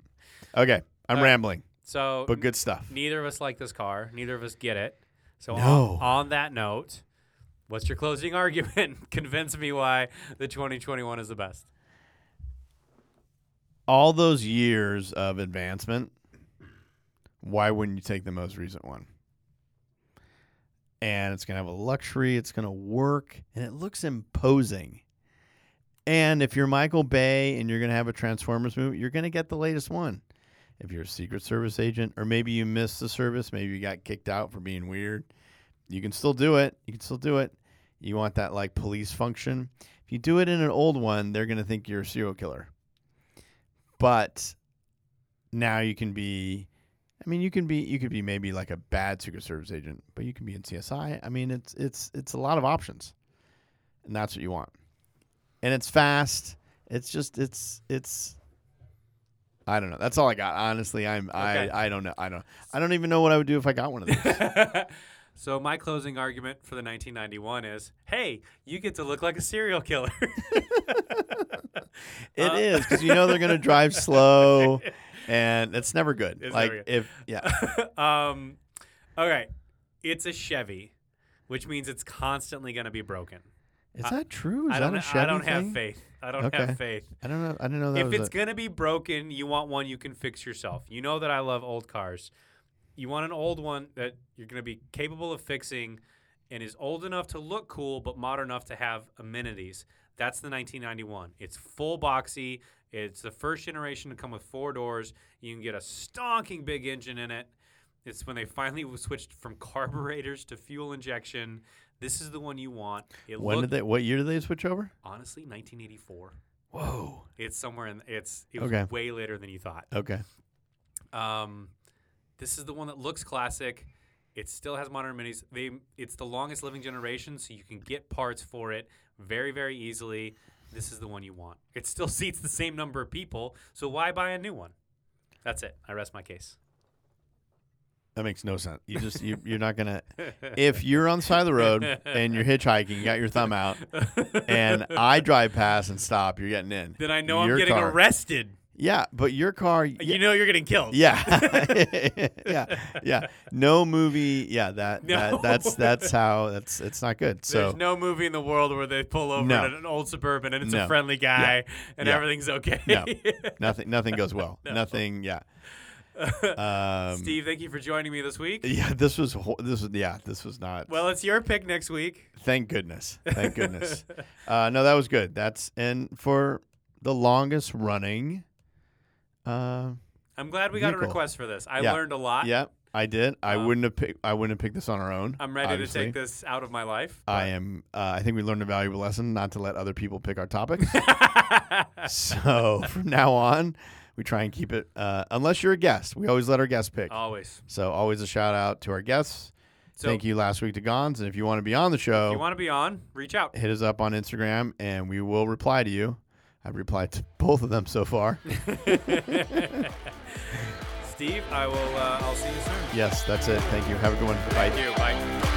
Speaker 2: Okay, I'm
Speaker 1: All right. Um,
Speaker 2: rambling,
Speaker 1: So
Speaker 2: but good stuff.
Speaker 1: Neither of us like this car. Neither of us get it. So
Speaker 2: No.
Speaker 1: on, on that note, what's your closing [laughs] argument? Convince me why the 2021 is the best.
Speaker 2: All those years of advancement, why wouldn't you take the most recent one? And it's gonna have a luxury. It's gonna work, and it looks imposing. And if you're Michael Bay and you're gonna have a Transformers movie, you're gonna get the latest one. If you're a Secret Service agent, or maybe you missed the service, maybe you got kicked out for being weird, you can still do it. You can still do it. You want that like police function. If you do it in an old one, they're gonna think you're a serial killer. But now you can be I mean you can be you could be maybe like a bad Secret Service agent, but you can be in CSI. I mean it's it's it's a lot of options. And that's what you want. And it's fast. It's just it's it's I don't know. That's all I got. Honestly, I'm
Speaker 1: Okay.
Speaker 2: I I don't know. I don't I don't even know what I would do if I got one of these.
Speaker 1: [laughs] so my closing argument for the 1991 is, hey, you get to look like a serial killer. [laughs]
Speaker 2: It
Speaker 1: Uh, [laughs]
Speaker 2: is because you know they're gonna drive slow, and it's never good.
Speaker 1: It's
Speaker 2: like
Speaker 1: never good. [laughs]
Speaker 2: if yeah,
Speaker 1: um, all right, it's a Chevy, which means it's constantly going to be broken.
Speaker 2: is that true? Is
Speaker 1: I
Speaker 2: that
Speaker 1: don't.
Speaker 2: a
Speaker 1: ha-
Speaker 2: Chevy
Speaker 1: I don't have
Speaker 2: thing?
Speaker 1: faith. I don't
Speaker 2: Okay.
Speaker 1: have faith.
Speaker 2: I don't know. I don't know that
Speaker 1: if
Speaker 2: was
Speaker 1: it's
Speaker 2: a,
Speaker 1: gonna be broken, you want one you can fix yourself. You know that I love old cars. You want an old one that you're gonna be capable of fixing, and is old enough to look cool but modern enough to have amenities. That's the 1991. It's full boxy. It's the first generation to come with four doors. You can get a stonking big engine in it. It's when they finally [laughs] switched from carburetors to fuel injection. This is the one you want. It
Speaker 2: when
Speaker 1: looked,
Speaker 2: did they? What year did they switch over?
Speaker 1: honestly 1984.
Speaker 2: Whoa.
Speaker 1: It's somewhere in it's it was
Speaker 2: Okay.
Speaker 1: way later than you thought.
Speaker 2: Okay.
Speaker 1: Um, this is the one that looks classic. It still has modern minis. They it's the longest living generation, so you can get parts for it very very easily. This is the one you want. It still [laughs] seats the same number of people, so why buy a new one? That's it. I rest my case.
Speaker 2: That makes no sense. You
Speaker 1: [laughs]
Speaker 2: just you, you're not gonna. If you're on the side of the road and you're hitchhiking, you got your thumb out, [laughs] and I drive past and stop, you're getting in.
Speaker 1: [laughs] then I know
Speaker 2: Your
Speaker 1: I'm getting
Speaker 2: car.
Speaker 1: arrested.
Speaker 2: Yeah, but your car.
Speaker 1: You know you're getting killed. [laughs]
Speaker 2: Yeah, [laughs] yeah, yeah. No movie. Yeah, that,
Speaker 1: No.
Speaker 2: that that's that's how that's it's not good. So
Speaker 1: There's no movie in the world where they pull over
Speaker 2: No.
Speaker 1: in an old suburban and it's
Speaker 2: No.
Speaker 1: a friendly guy and
Speaker 2: Yeah.
Speaker 1: everything's okay. [laughs]
Speaker 2: No. nothing nothing goes well.
Speaker 1: No. [laughs]
Speaker 2: Nothing. Yeah. Um,
Speaker 1: Steve, thank you for joining me this week.
Speaker 2: Yeah, this was ho- this was yeah this was not.
Speaker 1: Well, it's your pick next week.
Speaker 2: thank goodness. Thank goodness.
Speaker 1: [laughs]
Speaker 2: uh, no, that was good. That's and for the longest running. Uh,
Speaker 1: I'm glad we got a
Speaker 2: Vehicle.
Speaker 1: request for this. I
Speaker 2: Yeah.
Speaker 1: learned a lot.
Speaker 2: yeah, I did. I
Speaker 1: Um,
Speaker 2: wouldn't have picked. I wouldn't have picked this on our own.
Speaker 1: I'm ready
Speaker 2: obviously.
Speaker 1: to take this out of my life.
Speaker 2: I am. Uh, I think we learned a valuable lesson not to let other people pick
Speaker 1: [laughs]
Speaker 2: our topics. so from now on, we try and keep it. Uh, unless you're a guest, we always let our guests pick.
Speaker 1: Always.
Speaker 2: So always a shout out to our guests.
Speaker 1: So
Speaker 2: Thank you last week to Gons, and if you want to be on the show,
Speaker 1: if you want to be on, reach out.
Speaker 2: hit us up on Instagram and we will reply to you. I've replied to both of them
Speaker 1: [laughs]
Speaker 2: so far.
Speaker 1: Steve, I will uh, I'll see you soon.
Speaker 2: yes, that's it. Thank you. Have a good one. Bye.
Speaker 1: Thank you. Bye.